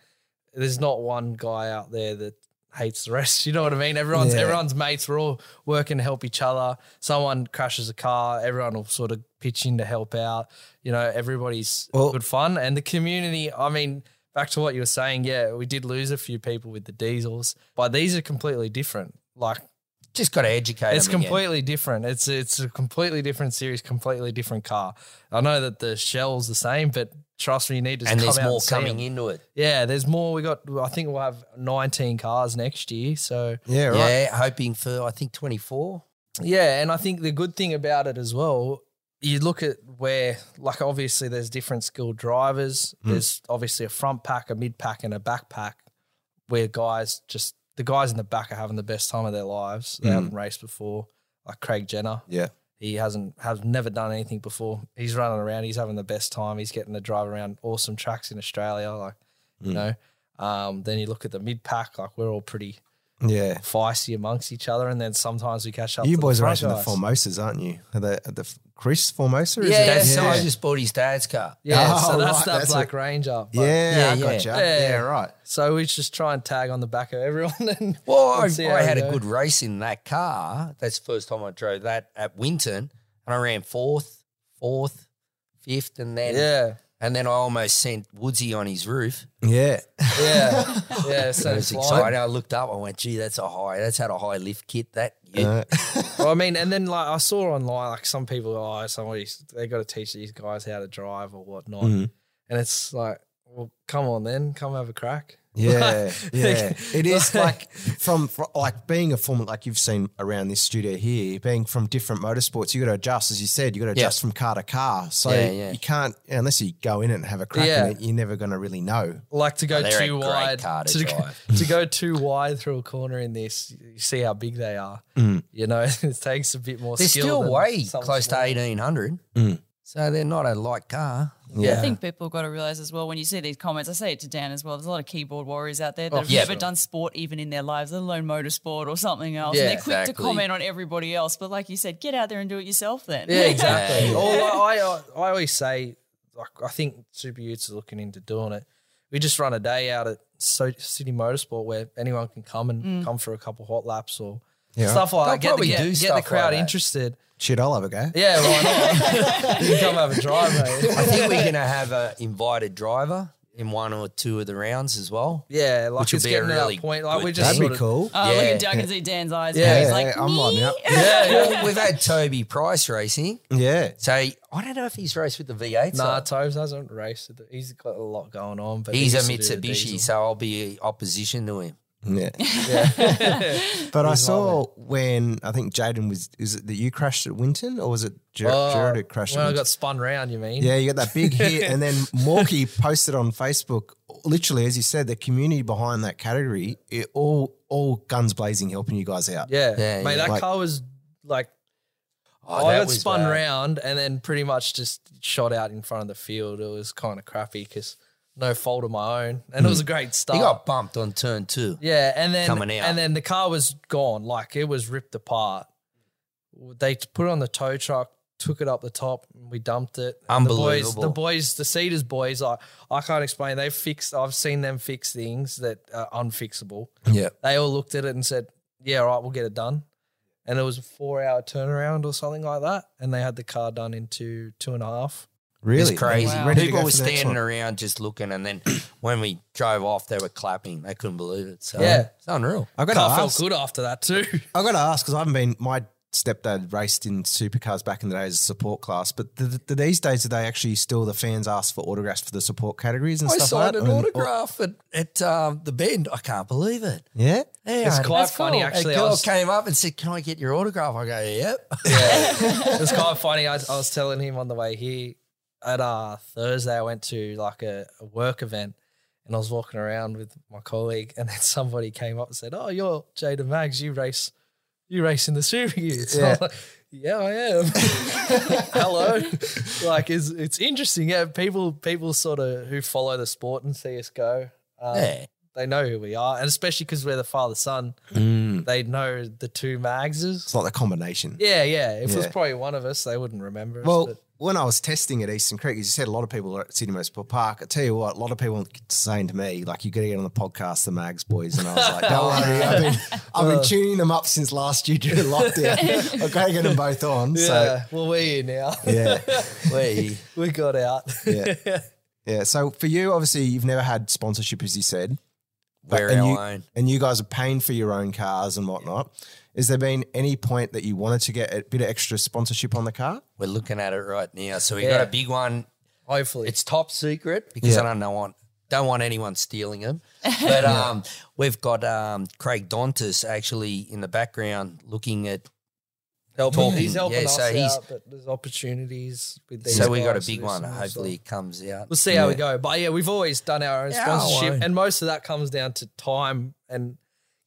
there's not one guy out there that hates the rest. You know what I mean? Everyone's Yeah. everyone's mates. We're all working to help each other. Someone crashes a car, everyone will sort of pitch in to help out. You know, everybody's Well- good fun and the community. I mean. Back to what you were saying, yeah, we did lose a few people with the diesels, but these are completely different. Like just got to educate. it's them again. completely different. It's it's a completely different series, completely different car. I know that the shell's the same, but trust me, you need to. and come there's out more and see coming them. into it. Yeah, there's more. We got. I think we'll have 19 cars next year. So Yeah. Right. Yeah, hoping for I think 24. yeah, and I think the good thing about it as well, you look at where like obviously there's different skilled drivers. Hmm. There's obviously a front pack, a mid pack, and a back pack, where guys just the guys in the back are having the best time of their lives. Hmm. They haven't raced before, like Craig Jenner. Yeah. He hasn't has never done anything before. He's running around. He's having the best time. He's getting to drive around awesome tracks in Australia. Like Hmm. you know, um, then you look at the mid pack. Like we're all pretty Yeah. feisty amongst each other, and then sometimes we catch up. You to boys the are front racing the guys. Formosas, aren't you? Are they, are the F- Chris Formosa? Is Yeah, it? so I just bought his dad's car. Yeah, Oh, so that's right, that that's Black a- Ranger. but- yeah, Yeah, I yeah. gotcha. Yeah. Yeah. right. So we just try and tag on the back of everyone. And Well, I, and see how I we had a go. good race in that car. That's the first time I drove that at Winton, and I ran fourth, fourth, fifth, and then Yeah, And then I almost sent Woodsy on his roof. Yeah. Yeah, yeah. So That it's was like, exciting. I looked up. I went, gee, that's a high. That's had a high lift kit. That yeah. Uh, Well, I mean, and then like I saw online, like some people, oh, somebody's they got to teach these guys how to drive or whatnot, Mhm. and it's like, well, come on, then come have a crack. Yeah, yeah. It is like- like from, fr like being a former like you've seen around this studio here, being from different motorsports, you got to adjust. As you said, you got to Yeah. adjust from car to car. So Yeah, yeah. you can't unless you go in it and have a crack Yeah. in it. You're never going to really know. Like to go Oh, They're a too great wide car to drive. to go too wide through a corner in this, you see how big they are. You know, it takes a bit more. They're skill still than way something close to small. Mm. eighteen hundred. So they're not a light car. I Yeah, think people got to realize as well when you see these comments. I say it to Dan as well. There's a lot of keyboard warriors out there that Oh, have yeah. never done sport even in their lives, let alone motorsport or something else. Yeah, and they're quick to exactly. comment on everybody else, but like you said, get out there and do it yourself. Then, Yeah, exactly. Yeah. All Oh, I, I, I always say, like, I think Super Utes are looking into doing it. We just run a day out at so- City Motorsport where anyone can come and come for a couple hot laps or stuff like that. Mm. They'll Get the, probably get, do get stuff the like crowd that. interested. Shit, I'll have a go. Yeah, why not? you can come have a drive, I mate. think we're going to have an invited driver in one or two of the rounds as well. Yeah, like Which would it's be a getting to really that point. Like we good just That'd sort be cool. of- Uh, Oh, look at Yeah. I can see Dan's eyes. Yeah. Yeah, he's Yeah, like, I'm lighting "Me?" up. Yeah, we've had Toby Price racing. Yeah, So I don't know if he's raced with the V8. Nah, Nah, Tobes hasn't raced. with it. He's got a lot going on, but he he's a used to do the Mitsubishi, diesel. so I'll be opposition to him. yeah. Yeah. But I saw when I think Jaden was is it that you crashed at Winton or was it Ger- Oh, Jared who crashed? when at I Winton? got spun round, you mean? Yeah, you got that big hit, and then Morky posted on Facebook. Literally, as you said, the community behind that category, it all all guns blazing, helping you guys out. Yeah. Yeah, Mate, yeah. that Like- car was like, Oh, I that got was spun bad. round and then pretty much just shot out in front of the field. It was kind of crappy because no fault of my own. And it was a great start. Hmm. He got bumped on turn two. yeah. And then, coming out. and then the car was gone. Like it was ripped apart. They t- put it on the tow truck, took it up the top, and we dumped it. And The boys, the Unbelievable. boys, the Cedars boys, I, I can't explain. They fixed, I've seen them fix things that are unfixable yeah. they all looked at it and said, "Yeah, all right, we'll get it done." And it was a four-hour turnaround or something like that, and they had the car done into two and a half. really It's crazy. Wow. Ready to People go were for the next standing one. around just looking, and then when we drove off, they were clapping. They couldn't believe it. So Yeah. it's unreal. I got car to felt ask. good after that too. I got to ask because I haven't been. My stepdad raced in supercars back in the day as a support class, but th th these days, do they actually still the fans ask for autographs for the support categories and I stuff like signed that? Mm. an I mean, autograph at, at um, the bend. I can't believe it. Yeah. Yeah, It's quite That's funny, cool. actually. a I girl was, came up and said, "Can I get your autograph?" I go, "Yep." it's quite funny. I, I was telling him on the way here at uh, Thursday. I went to like a, a work event, and I was walking around with my colleague, and then somebody came up and said, "Oh, you're Jaden Mags. You race, you race in the Super Utes." Yeah. I Yeah. was like, yeah, I am. Hello, like it's it's interesting. Yeah, people people sort of who follow the sport and see us go. Um, yeah. They know who we are, and especially because we're the father son, they know the two Magses. It's like the combination. Yeah, yeah. If it was Yeah. probably one of us, they wouldn't remember. us, Well, but- when I was testing at Eastern Creek, as you said, a lot of people are at Sydney Motorsport Park. I tell you what, a lot of people keep saying to me, like, you got to get on the podcast, the Mags boys. And I was like, don't worry, I've been, I've Uh. been tuning them up since last year due to lockdown. I've got to get them both on. So, yeah, well, uh, we're here now. yeah, We we got out. yeah. Yeah. So for you, obviously, you've never had sponsorship, as you said, we're and our you- own. and you guys are paying for your own cars and whatnot. Is there been any point that you wanted to get a bit of extra sponsorship on the car? We're looking at it right now. So we Yeah. got a big one. Hopefully, It's top secret because Yeah. I don't know want don't want anyone stealing them. But um, we've got um, Craig Dontis actually in the background looking at helping. talking, He's helping yeah, us so out, he's- but there's opportunities with these. so we got a guys to big do one. some more Hopefully stuff. it comes out. we'll see how we go. But yeah, we've always done our own Yeah, sponsorship, well. and most of that comes down to time and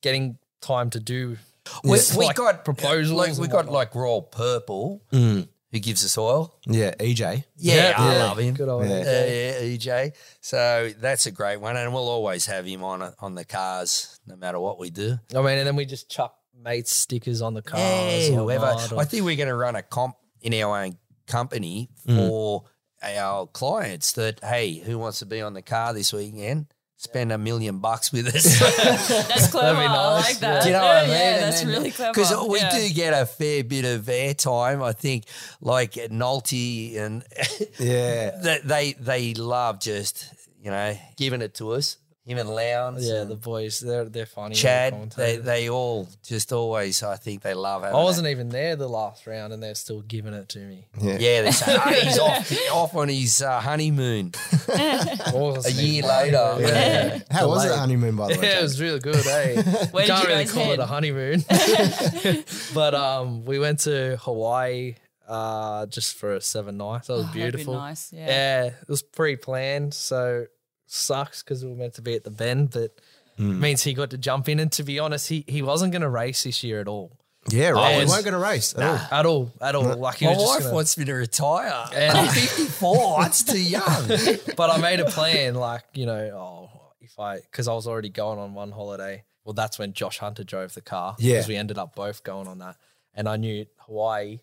getting time to do. We, It's we like got proposals Like, and we got whatnot. Mm. like Royal Purple who gives us oil. Yeah, EJ. Yeah, I yeah. love him. Good old Yeah. Uh, yeah, EJ. So that's a great one, and we'll always have him on on the cars, no matter what we do. I mean, and then we just chuck mates stickers on the cars. Yeah, or whoever. whatnot, or- I think we're going to run a comp in our own Mm. company for our clients. That hey, who wants to be on the car this weekend? spend a million bucks with us. That's clever. I nice, like that. Do you know yeah, what I mean? yeah, that's really clever. Because we Yeah. do get a fair bit of airtime. I think, like at Nolte, and Yeah. they, they they love just you know giving it to us. Him and Lowndes, Yeah, and the boys, they're they're funny. the Chad, they commentators. they all just always. I think they love it. I wasn't even there the last round, and they're still giving it to me. Yeah, they say "Oh, he's off, off on his uh, honeymoon a year later. Yeah. How was it honeymoon, by the way? Yeah, it was really good, eh? Where did Can't you really guys call head? it a honeymoon. but um, we went to Hawaii uh, just for a seven nights. That was Oh, that'd be beautiful. nice, yeah. it was pre-planned, so sucks because we were meant to be at the bend, but means he got to jump in. And to be honest, he he wasn't going to race this year at all, Yeah, right. Yeah, we it's- weren't going to race at all. at all, at all. Like he My was just wife gonna- wants me to retire. And- I'm 54. That's too young. but I made a plan, like, you know, oh, if I, because I was already going on one holiday. Well, that's when Josh Hunter drove the car. Yeah. Because we ended up both going on that. And I knew Hawaii.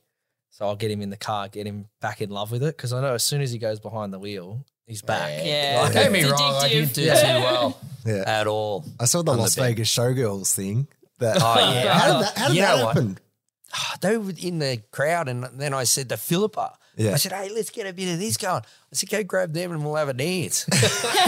So I'll get him in the car, get him back in love with it. Because I know as soon as he goes behind the wheel, he's back. Yeah. Like, don't get me It's wrong. I addictive. didn't do Yeah. too well Yeah. at all. I saw the On the Las bed. Vegas Showgirls thing. That, Oh, yeah. How did that, how did You that know what? happen? Ah, They were in the crowd, and then I said to Philippa, Yeah. I said, hey, let's get a bit of this going. I said, go grab them and we'll have a dance.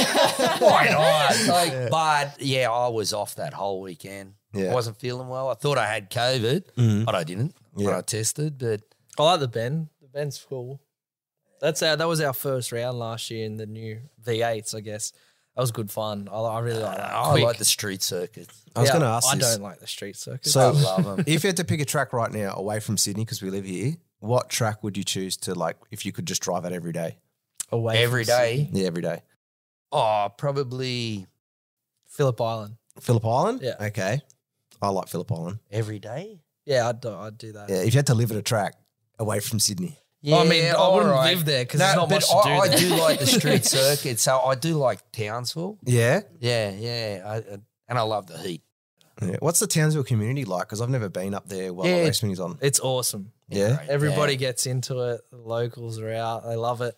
Why not? Like, But yeah, I was off that whole weekend. Yeah. I wasn't feeling well. I thought I had COVID, Mm. but I didn't. But Yeah. I tested, but I like the Ben. The Ben's cool. That's our, that was our first round last year in the new V8s, I guess. That was good fun. I, I really like that. I Quick. like the street circuits. I was Yeah, going to ask I this. don't like the street circuit. So, love 'em. if you had to pick a track right now away from Sydney, because we live here, what track would you choose to like if you could just drive it every day? away from Every Sydney. day. Yeah, every day. Oh, probably Phillip Island. Phillip Island? Yeah. Okay. I like Phillip Island. every day. Yeah, I'd do, I'd do that. Yeah. If you had to live at a track away from Sydney. I mean, I all wouldn't live there 'cause there's not but much to I, do I do there. like the street circuit, so I do like Townsville. Yeah. Yeah, yeah, I, I- and I love the heat. yeah. What's the Townsville community like? Because I've never been up there while Yeah. the race meeting's on. It's awesome. Yeah. Right Everybody there. gets into it. The locals are out. They love it.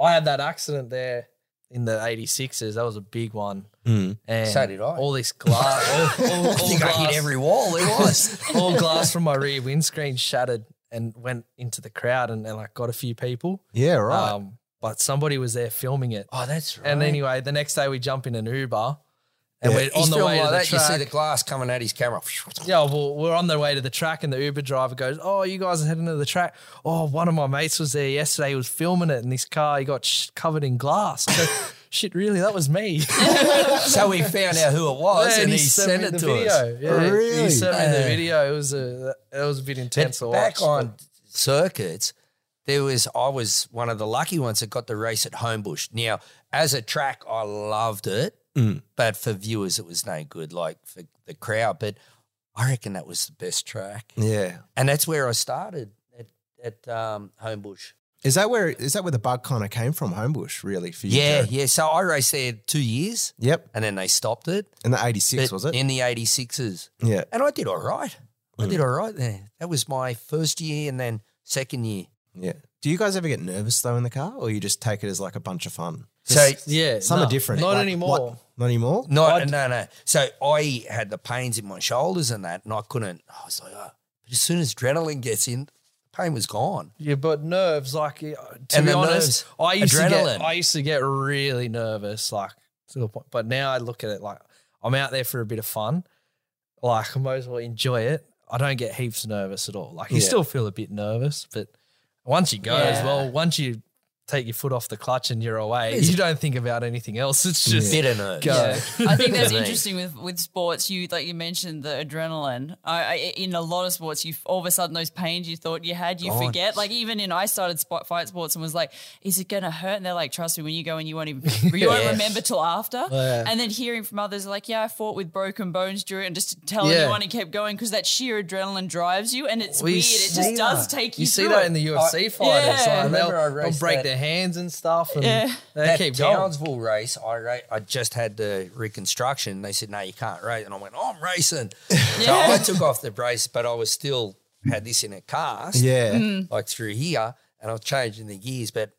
I had that accident there in the 86s. That was a big one. Mm. And So did I. All this glass, all, all, all I think I glass, hit every wall. It was. all glass from my rear windscreen shattered and went into the crowd and, and like got a few people. Yeah, right. Um, but somebody was there filming it. oh, that's right. And anyway, the next day we jump in an Uber and Yeah. we're He's on the way filming to like the that. track. You see the glass coming at his camera. Yeah, well, we're on the way to the track, and the Uber driver goes, "Oh, you guys are heading to the track. Oh, one of my mates was there yesterday. He was filming it, and this car he got sh- covered in glass. I go, Shit, really? That was me. so we found out who it was, and, Oh, he sent, me it the to video. us. Yeah, Really? He sent me the Yeah. video. It was a it was a bit intense. But to back watch, on circuits, there was I was one of the lucky ones that got the race at Homebush. Now, as a track, I loved it, Mm. but for viewers, it was no good, like for the crowd. But I reckon that was the best track, yeah. and that's where I started at at um, Homebush. Is that where is that where the bug kind of came from, Homebush, really? For you Yeah, Joe? yeah. So I raced there two years, Yep. and then they stopped it. And the 86 But was it? Mm. in the eighty sixes? yeah. And I did all right. I did all right there. That was my first year, and then second year. Yeah. Do you guys ever get nervous though in the car, or you just take it as like a bunch of fun? So yeah, Some no, are different. Not Like, anymore. what- not anymore. No, no, no. So I had the pains in my shoulders and that, and I couldn't. I was like, oh. but as soon as adrenaline gets in, the pain was gone. Yeah, but nerves, like uh, to And be the honest, nerves, I used to adrenaline. get I used to get really nervous, like to the point. But now I look at it like I'm out there for a bit of fun. Like I might as well enjoy it. I don't get heaps nervous at all. Like you Yeah. still feel a bit nervous, but once you go as Yeah. well, once you take your foot off the clutch and you're away, you don't think about anything else. It's just Bitter nerves. go. I think that's Right. interesting with, with sports. You like you mentioned the adrenaline. I, I, in a lot of sports, you all of a sudden those pains you thought you had, you God. forget. Like even in I started spot fight sports and was like, "Is it gonna hurt?" And they're like, "Trust me, when you go and you won't even you won't Yeah. remember till after." Oh, Yeah. And then hearing from others like, "Yeah, I fought with broken bones during," and just telling Yeah. you on and kept going because that sheer adrenaline drives you, and it's We weird. It see just does that. take you. You see through that it. in the UFC fighters. like, Yeah. I remember I they'll, they'll raced break that- their hands and stuff, and Yeah. they That keep going. Townsville race, I ra- I just had the reconstruction. They said, no, you can't race. And I went, oh, I'm racing. So Yeah. I took off the brace, but I was still had this in a cast, Yeah. Mm. like through here, and I was changing the gears, but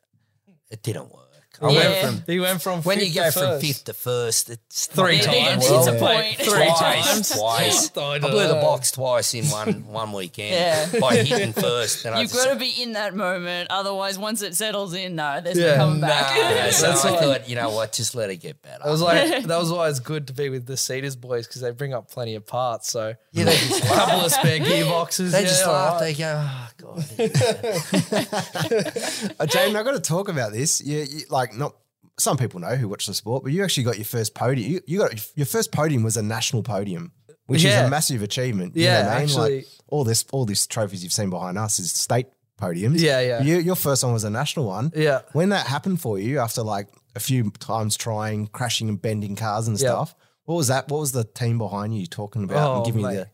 it didn't work. I went Yeah. from He went from when fifth you go to from first. fifth to first, it's Three not It- it- times. It's a well. point. Three twice, times. Twice. I I, don't blew the know. box twice in one one weekend Yeah. by hitting first. And I You've just, got to be in that moment. Otherbe once it settles in, no, there's Yeah. no coming nah. back. so That's I what- thought, you know what, just let it get better. I was like, that was why it's good to be with the Cedars boys because they bring up plenty of parts. So yeah, they just a couple of spare gearboxes. They yeah, just all laugh. right. They go, oh, God. Uh, James, I've got to talk about this. You, you, like, not some people know who watch the sport, but you actually got your first podium. You, you got your first podium was a national podium, which is Yeah. a massive achievement. Yeah, you know what I mean? actually- like all this, all these trophies you've seen behind us is state podiums. Yeah, yeah. You, your first one was a national one. Yeah. When that happened for you, after like a few times trying, crashing and bending cars and Yeah. stuff, what was that? What was the team behind you talking about Oh, and giving mate. you the?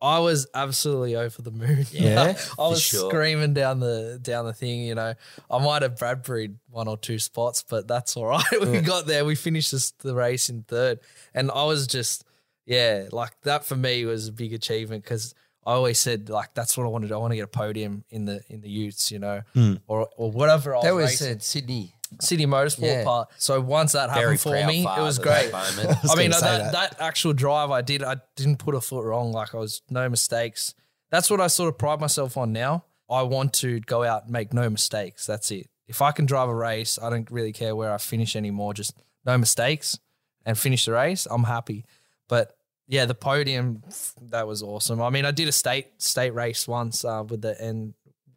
I was absolutely over the moon. Yeah, I was sure. screaming down the down the thing. You know, I might have Bradbury'd one or two spots, but that's all right. we got there. We finished this, the race in third, and I was just yeah, like that for me was a big achievement because I always said like that's what I wanted. I want to get a podium in the in the youths, you know, Hmm. or or whatever. I That was was racing. at Sydney. City Motorsport Yeah. Park. So once that happened Very for proud me, it father was at great. that moment. Oh, I mean, gonna that, say that. actual drive I did, I didn't put a foot wrong. Like I was no mistakes. That's what I sort of pride myself on now. I want to go out and make no mistakes. That's it. If I can drive a race, I don't really care where I finish anymore. Just no mistakes and finish the race. I'm happy. But yeah, the podium pff, that was awesome. I mean, I did a state state race once uh, with the N,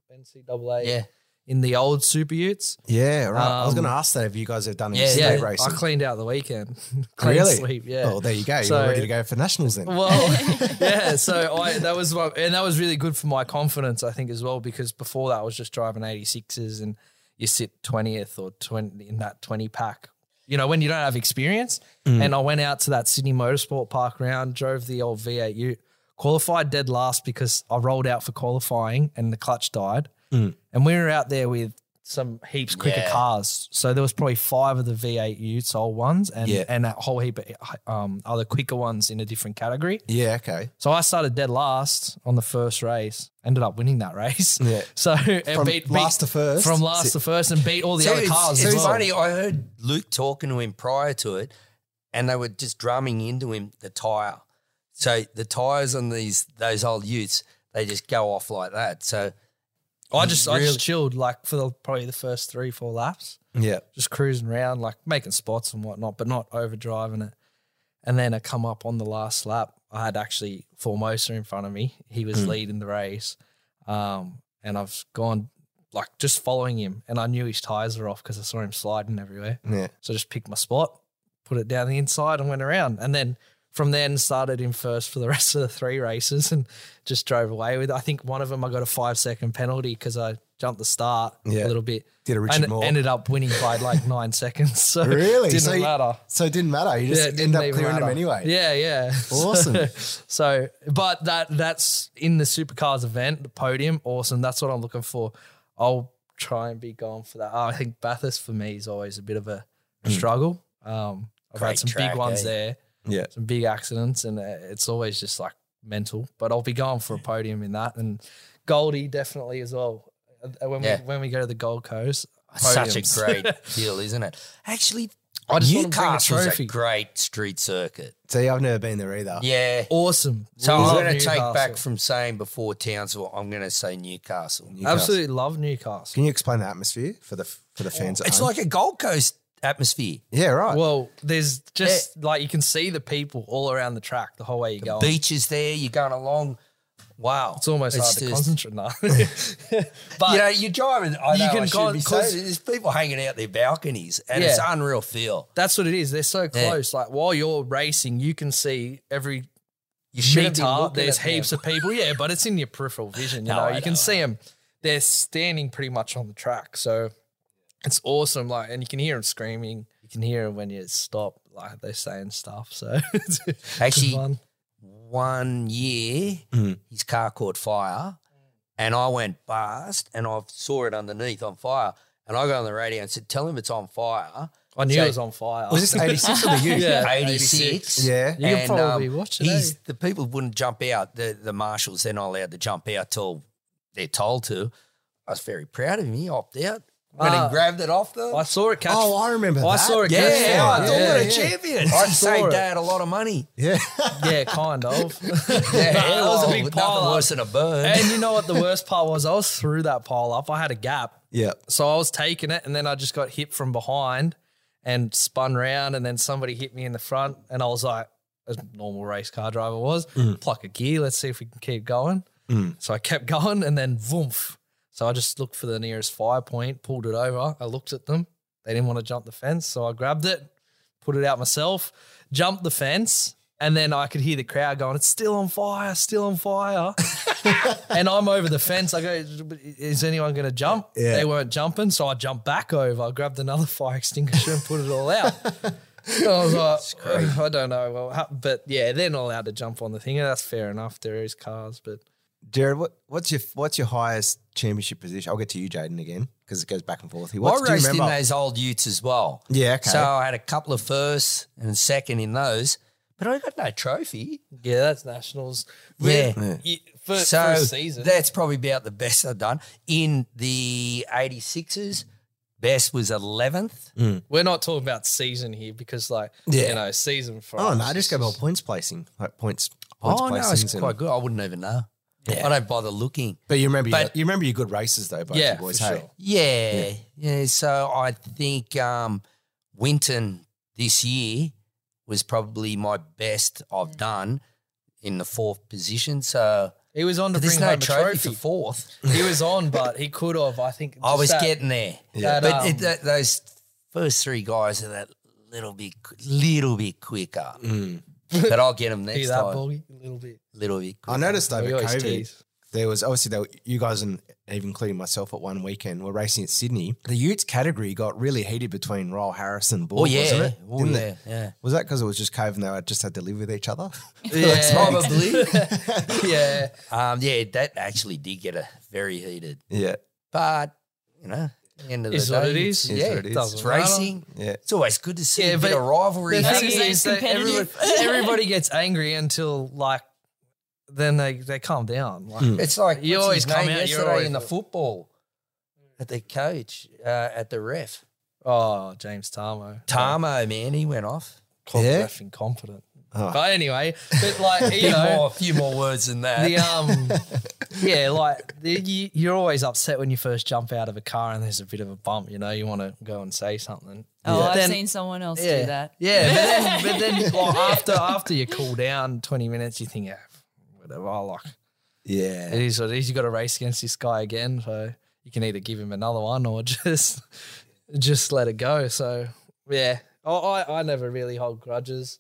NCAA Yeah. in the old Super Utes. Yeah, right. I was Um, going to ask that if you guys have done any yeah, state racing. I cleaned out the weekend. Clean Really? sweep, yeah. Oh, there you go. So- You're ready to go for nationals then. Well, yeah. So I that was what, and that was really good for my confidence, I think, as well, because before that I was just driving eighty sixes, and you sit twentieth or twenty in that twenty pack. You know, when you don't have experience, and I went out to that Sydney Motorsport Park round, drove the old V8 Ute, qualified dead last because I rolled out for qualifying and the clutch died, and we were out there with some heaps quicker Yeah. cars. So there was probably five of the V8 Utes old ones, and Yeah. and a whole heap of um, other quicker ones in a different category. yeah, okay. So I started dead last on the first race, ended up winning that race. Yeah. So and From last to first? From last to first and beat all the So other it's, cars. it's as well. funny. I heard Luke talking to him prior to it, and they were just drumming into him the tire. So the tires on these those old Utes, they just go off like that. So I just I Really? just chilled like for the, probably the first three four laps, Yeah. just cruising around like making spots and whatnot, but not overdriving it. And then I come up on the last lap. I had actually Formosa in front of me. He Hmm. was leading the race, um, and I've gone like just following him, and I knew his tires were off because I saw him sliding everywhere. Yeah. So I just picked my spot, put it down the inside, and went around. And then from then started in first for the rest of the three races and just drove away with. I think one of them I got a five second penalty because I jumped the start Yeah. a little bit. Did a Richard and Moore. ended up winning by like nine seconds. So Really? didn't so you- matter. so it didn't matter. You Yeah, just it end didn't up even clearing them matter. anyway. Yeah, yeah. Awesome. so, but that that's in the supercars event, the podium, awesome. That's what I'm looking for. I'll try and be going for that. Oh, I think Bathurst for me is always a bit of a Hmm. struggle. Um, I've Great had some track, big ones eh? there, Yeah. some big accidents, and uh, it's always just like mental. But I'll be going for a podium in that, and Goldie definitely as well. Uh, When Yeah. we when we go to the Gold Coast, such a podiums. great deal, isn't it? Actually, I just wanna bring a Newcastle's a trophy. great street circuit. See, I've never been there either. Yeah. awesome. So I'm Love going to take Newcastle. back from saying before Townsville, I'm going to say Newcastle. Newcastle. Absolutely love Newcastle. Can you explain the atmosphere for the for the fans? at It's home? like a Gold Coast atmosphere. yeah, right. Well, there's just like you can see the people all around the track the whole way you go. Beaches there, you're going along. Wow. Oh. It's almost hard to concentrate now. but You know, you're driving. I You know can I should con- be saying cause- it, there's people hanging out their balconies, and it's Yeah. unreal feel. that's what it is. They're so Yeah. close. Like while you're racing, you can see every You shouldn't be meter. looking There's at them. heaps of people. Yeah, but it's in your peripheral vision. You No, know, I you know, can I see them. They're standing pretty much on the track, so it's awesome. Like, and you can hear them screaming. You can hear them when you stop. Like they're saying stuff. So it's it's Actually, fun. one year Hmm. his car caught fire and I went past and I saw it underneath on fire. And I got on the radio and said, Tell him it's on fire. I knew so- it was on fire. was this 86 or the youth? Yeah. 86. Yeah. You can probably watch it, um, he's- eh? The people wouldn't jump out. The, the marshals, they're not allowed to jump out till they're told to. I was very proud of him. He opted out. When he grabbed it off them. Ah. I saw it catch. Oh, I remember I that. saw it yeah, catch. I fire. thought yeah, what a yeah. champion. I'd saw it. saved Dad a lot of money. Yeah. Yeah, kind of. Yeah, it was a well, big Oh, nothing pile-up. worse than a bird. and you know what the worst part was? I was through that pile up. I had a gap. yeah. So I was taking it and then I just got hit from behind and spun round and then somebody hit me in the front and I was like, as a normal race car driver was, pluck a gear, let's see if we can keep going. So I kept going and then voomf. So I just looked for the nearest fire point, pulled it over. I looked at them. They didn't want to jump the fence. So I grabbed it, put it out myself, jumped the fence, and then I could hear the crowd going, It's still on fire, still on fire. and I'm over the fence. I go, Is anyone going to jump? Yeah. They weren't jumping. So I jumped back over, I grabbed another fire extinguisher and put it all out. I was like, I don't know. Well, how- but yeah, they're not allowed to jump on the thing. And that's fair enough. There is cars, but Jared, what, what's your what's your highest championship position? I'll get to you, Jaden, again because it goes back and forth. here. What's, I do you raced in remember? those old utes as well. Yeah, okay. So I had a couple of firsts and second in those, but I got no trophy. yeah, that's nationals. Yeah. You- For, so for a season. that's probably about the best I've done. In the 86s, best was 11th. Mm, We're not talking about season here because, like, Yeah. you know, season for Oh us no, I is just go by points placing, like points. points Oh, no, placings it's and- quite good. I wouldn't even know. Yeah. I don't bother looking. But you remember, your, But- you remember your good races though, both Yeah, you boys. for hey, sure. Yeah. yeah. So I think um, Winton this year was probably my best I've done in the fourth position. So He was on to bring there's no home trophy, a for trophy. fourth. he was on, but he could have. I think I just was that- getting there. that, But it, um, that, those first three guys are that little bit, little bit quicker. But I'll get them be next Mm. that time. bogey a little bit. Little bit. I noticed over We always COVID, tease. there was obviously there were, you guys and even including myself at one weekend were racing at Sydney. The Utes category got really heated between Royal Harris and Bull, Oh yeah. wasn't it? Oh Didn't yeah. it? Yeah. Was that because it was just COVID and they were- just had to live with each other? Yeah, Probably. yeah. um, yeah. That actually did get a very heated. yeah, But you know, end of the Is day, what it is. Yeah, what it is. it's doesn't matter. racing. Yeah. It's always good to see Yeah, a bit but of rivalry. The That's thing what I'm saying, is that everybody, competitive. everybody gets angry until like then they they calm down. Like, It's like You what's always his come name out, you're yesterday always- in the football at the coach uh, at the ref. Oh, James Tarmo, Tamo, man, he went off. called Yeah. ref incompetent. But anyway, but like you Few know, Ah. more, few more words than that. the um, yeah, like the, you, you're always upset when you first jump out of a car and there's a bit of a bump. You know, you want to go and say something. Oh, I've Then- seen someone else yeah, do that. Yeah, but then, but then like, after after you cool down twenty minutes, you think, yeah, whatever. I like yeah. it is what it is. You got to race against this guy again, so you can either give him another one or just just let it go. So yeah, I I, I never really hold grudges.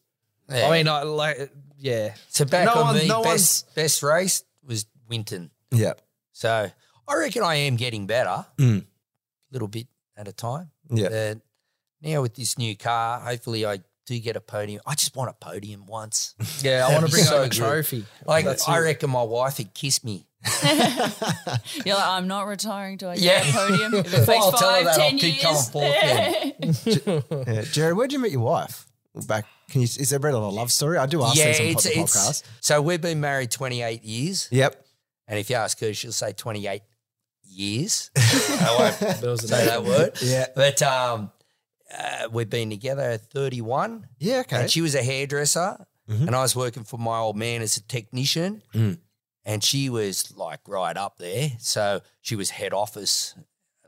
Yeah. I mean, I like yeah. so back no on one- me, no one's- best, best race was Winton. Yeah, So I reckon I am getting better, Mm. little bit at a time. Yeah. But now with this new car, hopefully I do get a podium. I just want a podium once. Yeah, I want to bring so home a good. trophy. Like That's I it. reckon my wife would kiss me. You're like, I'm not retiring till I get Yeah. a podium. If it takes I'll five, tell her that, I'll ten keep years. coming forth then. yeah. Jared, where'd you meet your wife? Back, can you? Is there a bit of a love story? I do ask yeah, yeah, these it's, on po- it's podcasts. so we've been married 28 years, Yep. and if you ask her, she'll say 28 years. I won't There was a say that word. Yeah. But um, uh, we've been together 31. Yeah. Okay. Mm-hmm. And she was a hairdresser, and I was working for my old man as a technician. Mm. And she was like right up there. So she was head office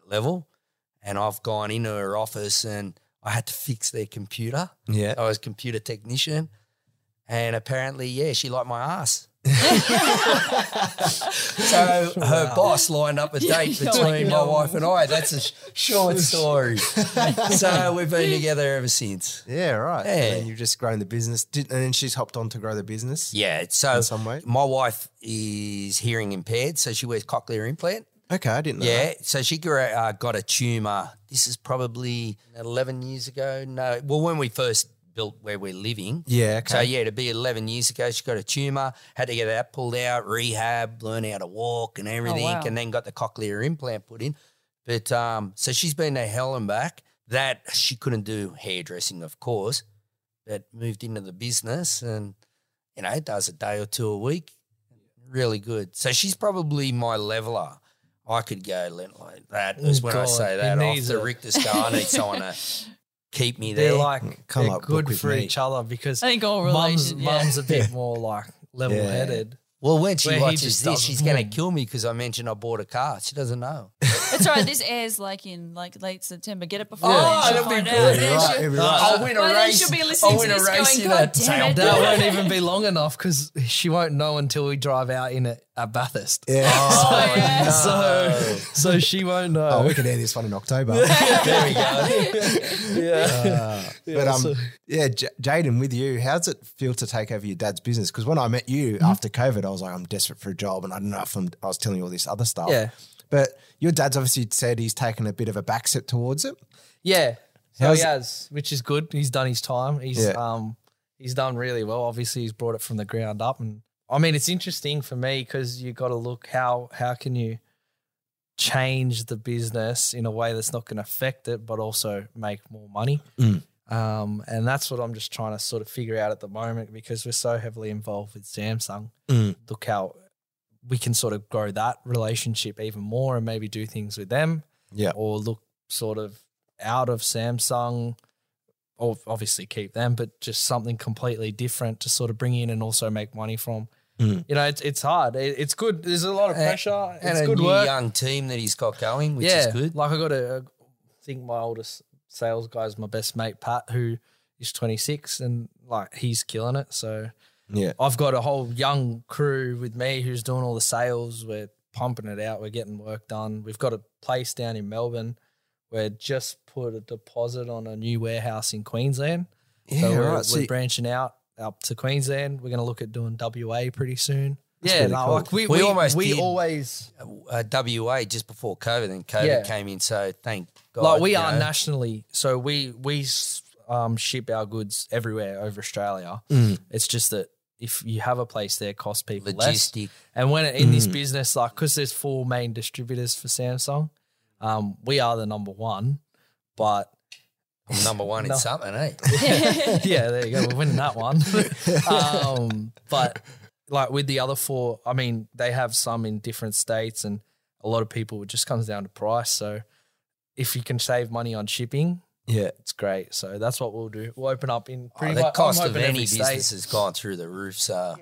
level. And I've gone into her office and I had to fix their computer. yeah. I was computer technician. And apparently, yeah, she liked my ass. so her boss lined up a date Yeah, between like, my no. wife and I. That's a sh- short story. so we've been together ever since. Yeah. Right. Yeah. And then you've just grown the business, Did- and then she's hopped on to grow the business. Yeah. it's- So In some way. my wife is hearing impaired, so she wears cochlear implant. Okay, I didn't know. that. Yeah. So she grew, uh, got a tumor. This is probably 11 years ago. No, well, when we first built where we're living. Yeah. Okay. So yeah, to be 11 years ago, she got a tumor, had to get that pulled out, rehab, learn how to walk Oh, and everything, wow. and then got the cochlear implant put in. But um, so she's been to hell and back. That she couldn't do hairdressing, of course, but moved into the business and you know does a day or two a week. Really good. So she's probably my leveler. I could go lint like that. Is when I Oh, God, say it that off needs the a- Richter scale. I need someone to keep me there. They're like Come they're up, book good with for me. each other because I think all mum's, relation- yeah. mum's a bit more like level headed. well, when she where he watches just this, doesn't- she's going to kill me because I mentioned I bought a car. She doesn't know. That's all right. This airs like in like late September. Get it before. Yeah. then Oh, she'll that'd be find out. brilliant. Then she'll- Right, every- I'll win a By then race. she'll be I'll listening to win a this race going, in God a damn it. That won't even be long enough because she won't know until we drive out in it at Bathurst. Yeah. Oh, yeah. So, so she won't know. Oh, we could air this one in October. there we go. yeah. But um, yeah, J- Jaden, with you, how does it feel to take over your dad's business? Because when I met you Mm-hmm. after COVID, I was like, I'm desperate for a job, and I don't know if I'm, I was telling you all this other stuff. Yeah. But your dad's obviously said he's taken a bit of a back step towards it. Yeah. So How's- he has, which is good. He's done his time. He's Yeah. um he's done really well. Obviously, he's brought it from the ground up, and I mean, it's interesting for me because you got to look how how can you change the business in a way that's not going to affect it, but also make more money. Mm. Um, and that's what I'm just trying to sort of figure out at the moment because we're so heavily involved with Samsung. Mm. Look how we can sort of grow that relationship even more and maybe do things with them Yeah. or look sort of out of Samsung, or obviously keep them, but just something completely different to sort of bring in and also make money from. You know, it's it's hard. It, it's good. There's a lot of pressure. And it's Hmm. a good new work. young team that he's got going, which yeah, is good. like I got to uh, think my oldest sales guy is my best mate Pat, who is 26, and like he's killing it. So Yeah. I've got a whole young crew with me who's doing all the sales. We're pumping it out. We're getting work done. We've got a place down in Melbourne. We're just put a deposit on a new warehouse in Queensland. so Yeah, we're, right. So we're you- branching out up to Queensland. We're going to look at doing WA pretty soon. yeah, really no, cool. like we, We we, almost we did. always Uh, WA just before COVID, then COVID Yeah. came in. So thank God. Oh, like we you are know. nationally so we we s- um, ship our goods everywhere over australia Mm. it's just that if you have a place there it costs people Logistic. less and when it, in this Mm. business like because there's four main distributors for samsung um, we are the number one but I'm number one No. in something, eh? yeah, there you go. We're winning that one. um, but like with the other four, I mean, they have some in different states, and a lot of people it just comes down to price. So if you can save money on shipping, Yeah. it's great. So that's what we'll do. We'll open up in Oh, pretty the much. cost I'm of hoping any every state. business has gone through the roof. So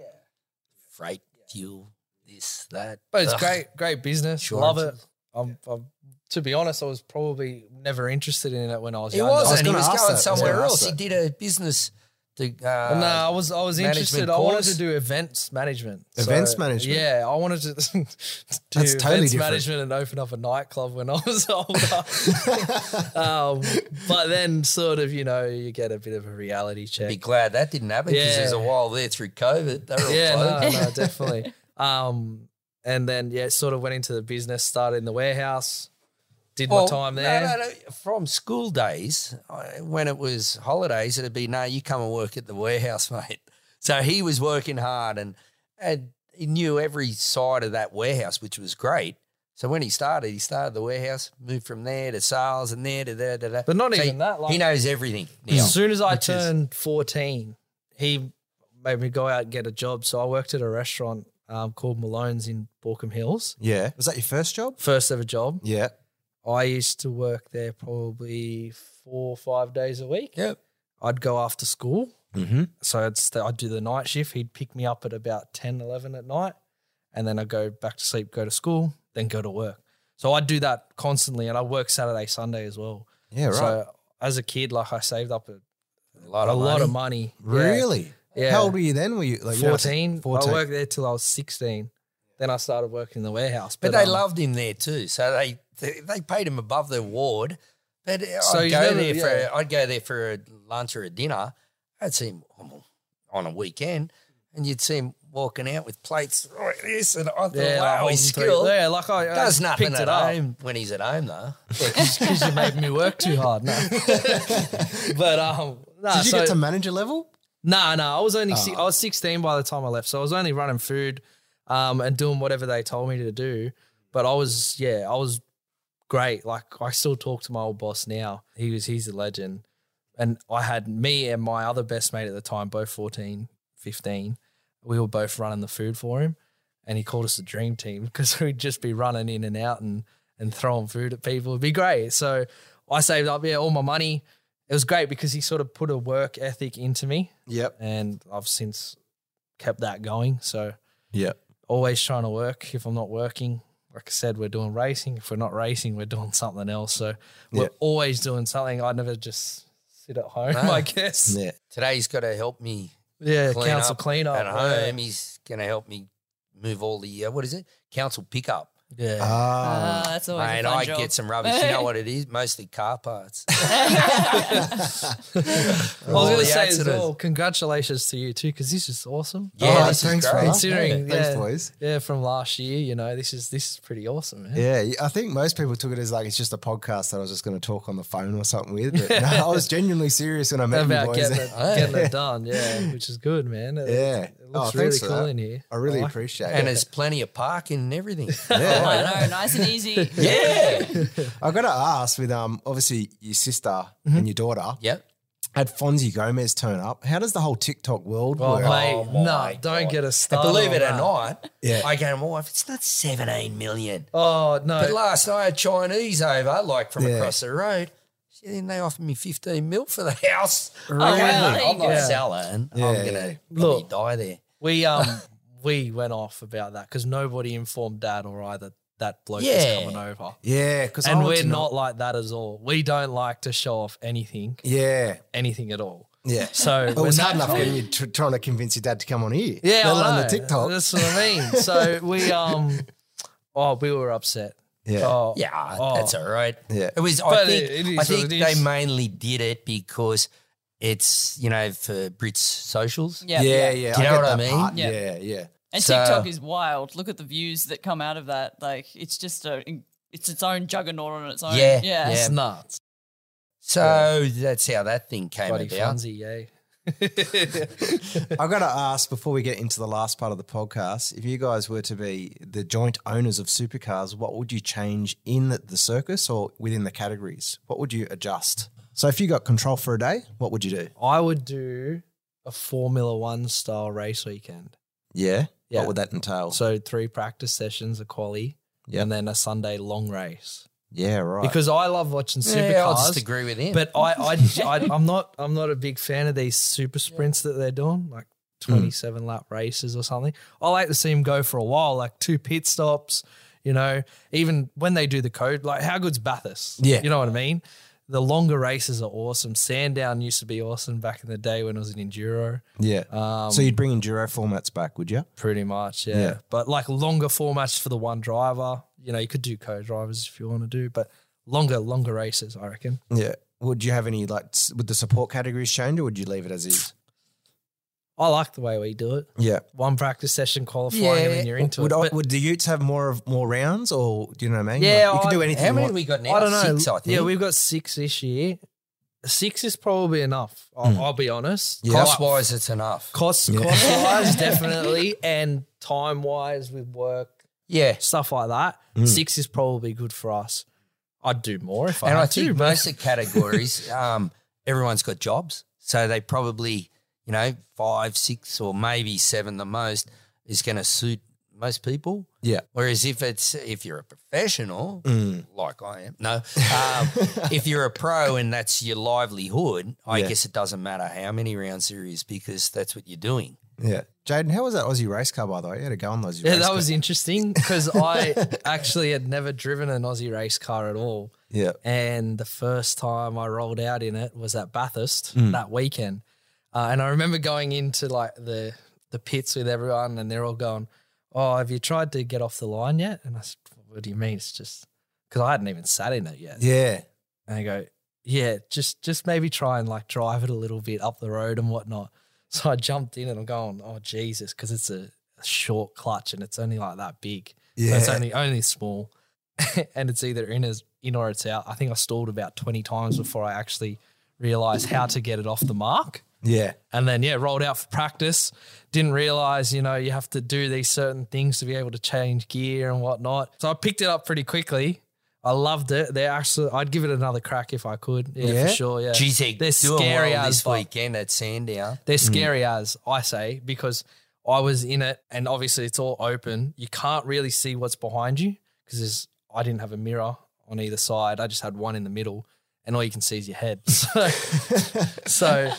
freight, fuel, this, that. But it's Ugh. great, great business. Love it. I'm, I'm, to be honest, I was probably never interested in it when I was He younger. wasn't. was he gonna was ask going that. I was somewhere gonna ask else. He that. did a business. To, uh, no, I was I was management interested. I wanted course? to do events management. Events management? Yeah, I wanted to do That's events totally different. management and open up a nightclub when I was older. um, but then, sort of, you know, you get a bit of a reality Be check. glad that didn't happen because there's a Yeah. while there through COVID. They were all Yeah, closed. no, no, definitely. Um, and then yeah, sort of went into the business, started in the warehouse, did Well, my time no, there. No, no, From school days, I- when it was holidays, it'd be, no, you come and work at the warehouse, mate. So he was working hard and, and he knew every side of that warehouse, which was great. So when he started, he started the warehouse, moved from there to sales and there to there to there. But not So even that, like- he knows everything now. As soon as I which is- turned 14, he made me go out and get a job. So I worked at a restaurant um, called Malone's in Borkham Hills. Yeah. Was that your first job? First ever job. Yeah. I used to work there probably four or five days a week. Yep. Mm-hmm. I'd go after school. Mhm. So I'd, st- I'd do the night shift. He'd pick me up at about 10, 11 at night. And then I'd go back to sleep, go to school, then go to work. So I'd do that constantly. And I work Saturday, Sunday as well. Yeah, right. So as a kid, like I saved up a, A lot a of lot money. of money. Yeah. really? Yeah. How old were you then? Were you like you know, 14. 14. I worked there till I was 16. Then I started working in the warehouse. But they um, loved him there too, so they they, they paid him above the award. But So I'd he's go never- there for yeah. I'd go there for a lunch or a dinner. I'd see him on- on a weekend, and you'd see him walking out with plates like this, and I thought, yeah, like wow, holding his three- skill Yeah, like I, I does nothing picked at it up. home when he's at home though. because you made me work too hard. No. but um, nah, Did you so, get to manager level? nah, nah. I was only si- I was sixteen by the time I left, so I was only running food, um, and doing whatever they told me to do. But I was yeah, I was great. Like I still talk to my old boss now. He was he's a legend, and I had me and my other best mate at the time, both 14, 15. We were both running the food for him. and he called us the dream team because we'd just be running in and out and and throwing food at people. It'd be great. So I saved up yeah all my money. It was great because he sort of put a work ethic into me, Yep. and I've since kept that going. So Yep. always trying to work. If I'm not working, like I said, we're doing racing. If we're not racing, we're doing something else. So we're Yeah. always doing something. I never just sit at home, No. I guess. Yeah. Today he's got to help me Yeah, clean council up cleanup at yeah. home. He's going to help me move all the, uh, what is it? Council pickup. Yeah. Ah. Uh, that's always a Mate, fun I job. get some rubbish. You know what it is? Mostly car parts. I was all going the to say as accidents. well, congratulations to you too, because this is awesome. Uh, Yeah, Oh, this is thanks, great. brother. Considering, yeah, Thanks, boys. yeah, from last year, you know, this is this is pretty awesome, man. Yeah, I think most people took it as like it's just a podcast that I was just going to talk on the phone or something with. But no, I was genuinely serious when I met you About boys. getting it, getting it done, yeah, which is good, man. It, Yeah. it looks Oh, really thanks for cool that. in here. I really like it. appreciate And it. there's plenty of parking and everything. Yeah. I know, nice and easy. yeah. I got to ask with um obviously your sister Mm-hmm. and your daughter Yep. had Fonzie Gomez turn up. How does the whole TikTok world Oh, work? mate, Oh, no, my don't God. get us And started. believe on it or that. not, Yeah. I go to my wife, it's not 17 million. Oh no, But last night, a Chinese over, like from Yeah. across the road, she, then they offered me 15 mil for the house. wow, I'm, there I'm you not go. selling. I'm Yeah. going to Look. die there. we um we went off about that because nobody informed dad or either that bloke Yeah. was coming over. Yeah, because And we're not like that at all. We don't like to show off anything, Yeah, anything at all. yeah. So It was hard when that enough came- when you're tr- trying to convince your dad to come on here. let Yeah, I alone know. the TikTok. That's what I mean. So we um, oh, we were upset. Yeah. Oh, Yeah, Oh. that's all right. Yeah. It was. I But think. it- it is I what think it they is. mainly did it because it's you know for Brits socials. Yeah. yeah, yeah. Do you know get what I that mean? part. Yeah. Yeah, yeah. And So- TikTok is wild. Look at the views that come out of that. Like it's just a, it's its own juggernaut on its own. Yeah, yeah. yeah. it's nuts. So that's how that thing came Bloody about. Fonzie, yay. I got to ask before we get into the last part of the podcast if you guys were to be the joint owners of supercars, what would you change in the, the circus or within the categories? What would you adjust? So, if you got control for a day, what would you do? I would do a Formula One style race weekend. Yeah. Yeah. What would that entail? So three practice sessions, a quali, Yeah. and then a Sunday long race. yeah, right. Because I love watching supercars. Yeah, I just agree with him. But I, I, I, am not, I'm not a big fan of these super sprints that they're doing, like Hmm. 27 lap races or something. I like to see them go for a while, like two pit stops. You know, even when they do the code, like how good's Bathurst? Yeah. you know what I mean. The longer races are awesome. Sandown used to be awesome back in the day when it was an enduro. yeah. so, you'd bring enduro formats back, would you? Pretty much, yeah. Yeah. But like longer formats for the one driver. You know, you could do co-drivers if you want to do, but longer, longer races, I reckon. Yeah. Would you have any, like, s- would the support categories change or would you leave it as is? I like the way we do it. Yeah. One practice session qualifying and then you're into would, it. I, But would the Utes have more of more rounds, or do you know what I mean? Yeah, Like, you I- can do anything. how you many want. we got now? I don't know. Six, I think. Yeah, we've got six this year. Six is probably enough. I'll, I'll be honest. Yeah. cost Hmm. wise, it's enough. Cost, cost wise, definitely, and time wise with work, Yeah, Hmm. stuff like that. Six is probably good for us. I'd do more if I and had I think to, but- most of the categories, um, everyone's got jobs, so they probably, you know, five, six, or maybe seven, the most, is going to suit most people. Yeah. Whereas if it's if you're a professional, Mm. like I am, no, um, if you're a pro and that's your livelihood, I Yeah. guess it doesn't matter how many rounds there is because that's what you're doing. Yeah. Jaden, how was that Aussie race car, by the way? You had a go on those. Yeah, that was interesting because I actually had never driven an Aussie race car at all. Yeah. And the first time I rolled out in it was at Bathurst that weekend. Uh, and I remember going into like the the pits with everyone and they're all going, Oh, have you tried to get off the line yet? And I said, What do you mean? It's just because I hadn't even sat in it yet. Yeah. And I go, yeah, just just maybe try and like drive it a little bit up the road and whatnot. So I jumped in and I'm going, oh Jesus, because it's a, a short clutch and it's only like that big. So it's Yeah. only only small, and it's either in as in or it's out. I think I stalled about twenty times before I actually realized how to get it off the mark. Yeah. And then yeah, rolled out for practice. Didn't realize, you know, you have to do these certain things to be able to change gear and whatnot. So I picked it up pretty quickly. I loved it. They're actually, I'd give it another crack if I could. Yeah, Yeah? for sure. Yeah, Geez, they're they're doing scary well as this fuck. weekend at Sandown. They're scary as I say because I I was in it, and obviously it's all open. You can't really see what's behind you because I didn't have a mirror on either side. I just had one in the middle, and all you can see is your head. So, so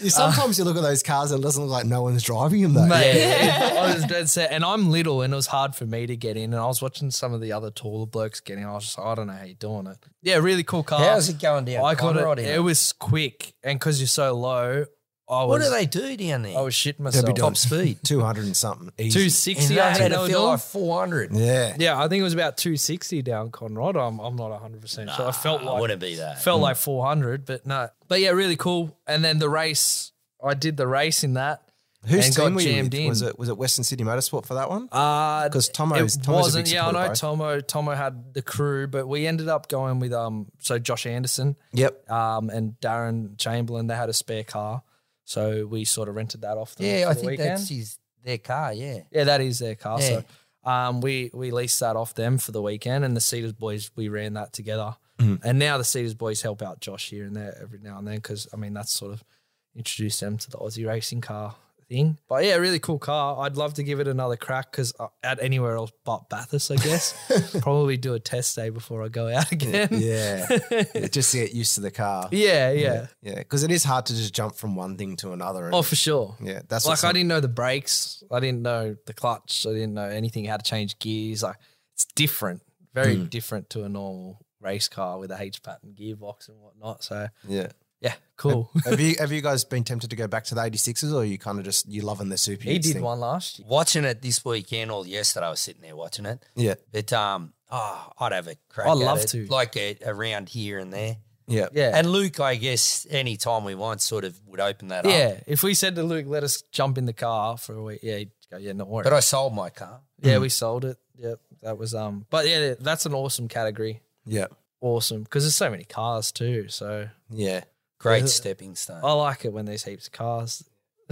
You- Sometimes you look at those cars and it doesn't look like no one's driving them though. mate, I was dead set, and I'm little, and it was hard for me to get in. And I was watching some of the other taller blokes getting. I was just, I don't know how you're doing it. Yeah, really cool car. How's it going down? I got Conrad it. in It was quick, and because you're so low, I was. What do they do down there? I was shitting They'd myself. be doing Top Oh, speed. 200 and something. Two Easy. And sixty. they I had think they to were feel doing. like 400. Yeah. Yeah, I think it was about 260 down Conrod. I'm, I'm not 100% sure. I felt I like wouldn't be that. felt like 400, but no. But yeah, really cool. And then the race, I did the race in that. Whose and team got were you jammed with? in. Was it was it Western City Motorsport for that one? Uh, 'Cause Tomo it is- Tomo's a big wasn't. Yeah, I supporter, know bro. Tomo. Tomo had the crew, but we ended up going with um. So Josh Anderson, yep. um, and Darren Chamberlain. They had a spare car, so we sort of rented that off them. Yeah, for I the think weekend. that's his their car. Yeah. Yeah, that is their car. Yeah. So um, we we leased that off them for the weekend, and the Cedars boys we ran that together. Mm-hmm. And now the Cedars boys help out Josh here and there every now and then because I mean that's sort of introduced them to the Aussie racing car thing. But yeah, really cool car. I'd love to give it another crack because at anywhere else but Bathurst, I guess probably do a test day before I go out again. Yeah. Yeah, Just to get used to the car. yeah, yeah. Yeah. Because it is hard to just jump from one thing to another. And, Oh, for sure. yeah. That's like what's I didn't know the brakes. I didn't know the clutch. I didn't know anything how to change gears. Like it's different, very different to a normal race car with a H pattern gearbox and whatnot. So Yeah. yeah, cool. Have you have you guys been tempted to go back to the 86s or you kind of just you loving the super he Utes did thing? one last year. Watching it this weekend or yesterday, I was sitting there watching it. Yeah. But um, oh, I'd have a crack. I'd at love it, to. like a, around here and there. Yeah. Yeah, And Luke, I guess any time we want, sort of would open that up. yeah. If we said to Luke, "Let us jump in the car for a week," yeah, he'd go, "Yeah, not worry." But I sold my car. yeah, we sold it. Yep, that was um. But yeah, that's an awesome category. Yeah. Awesome because there's so many cars too. So Yeah. Great stepping stone. I like it when there's heaps of cars.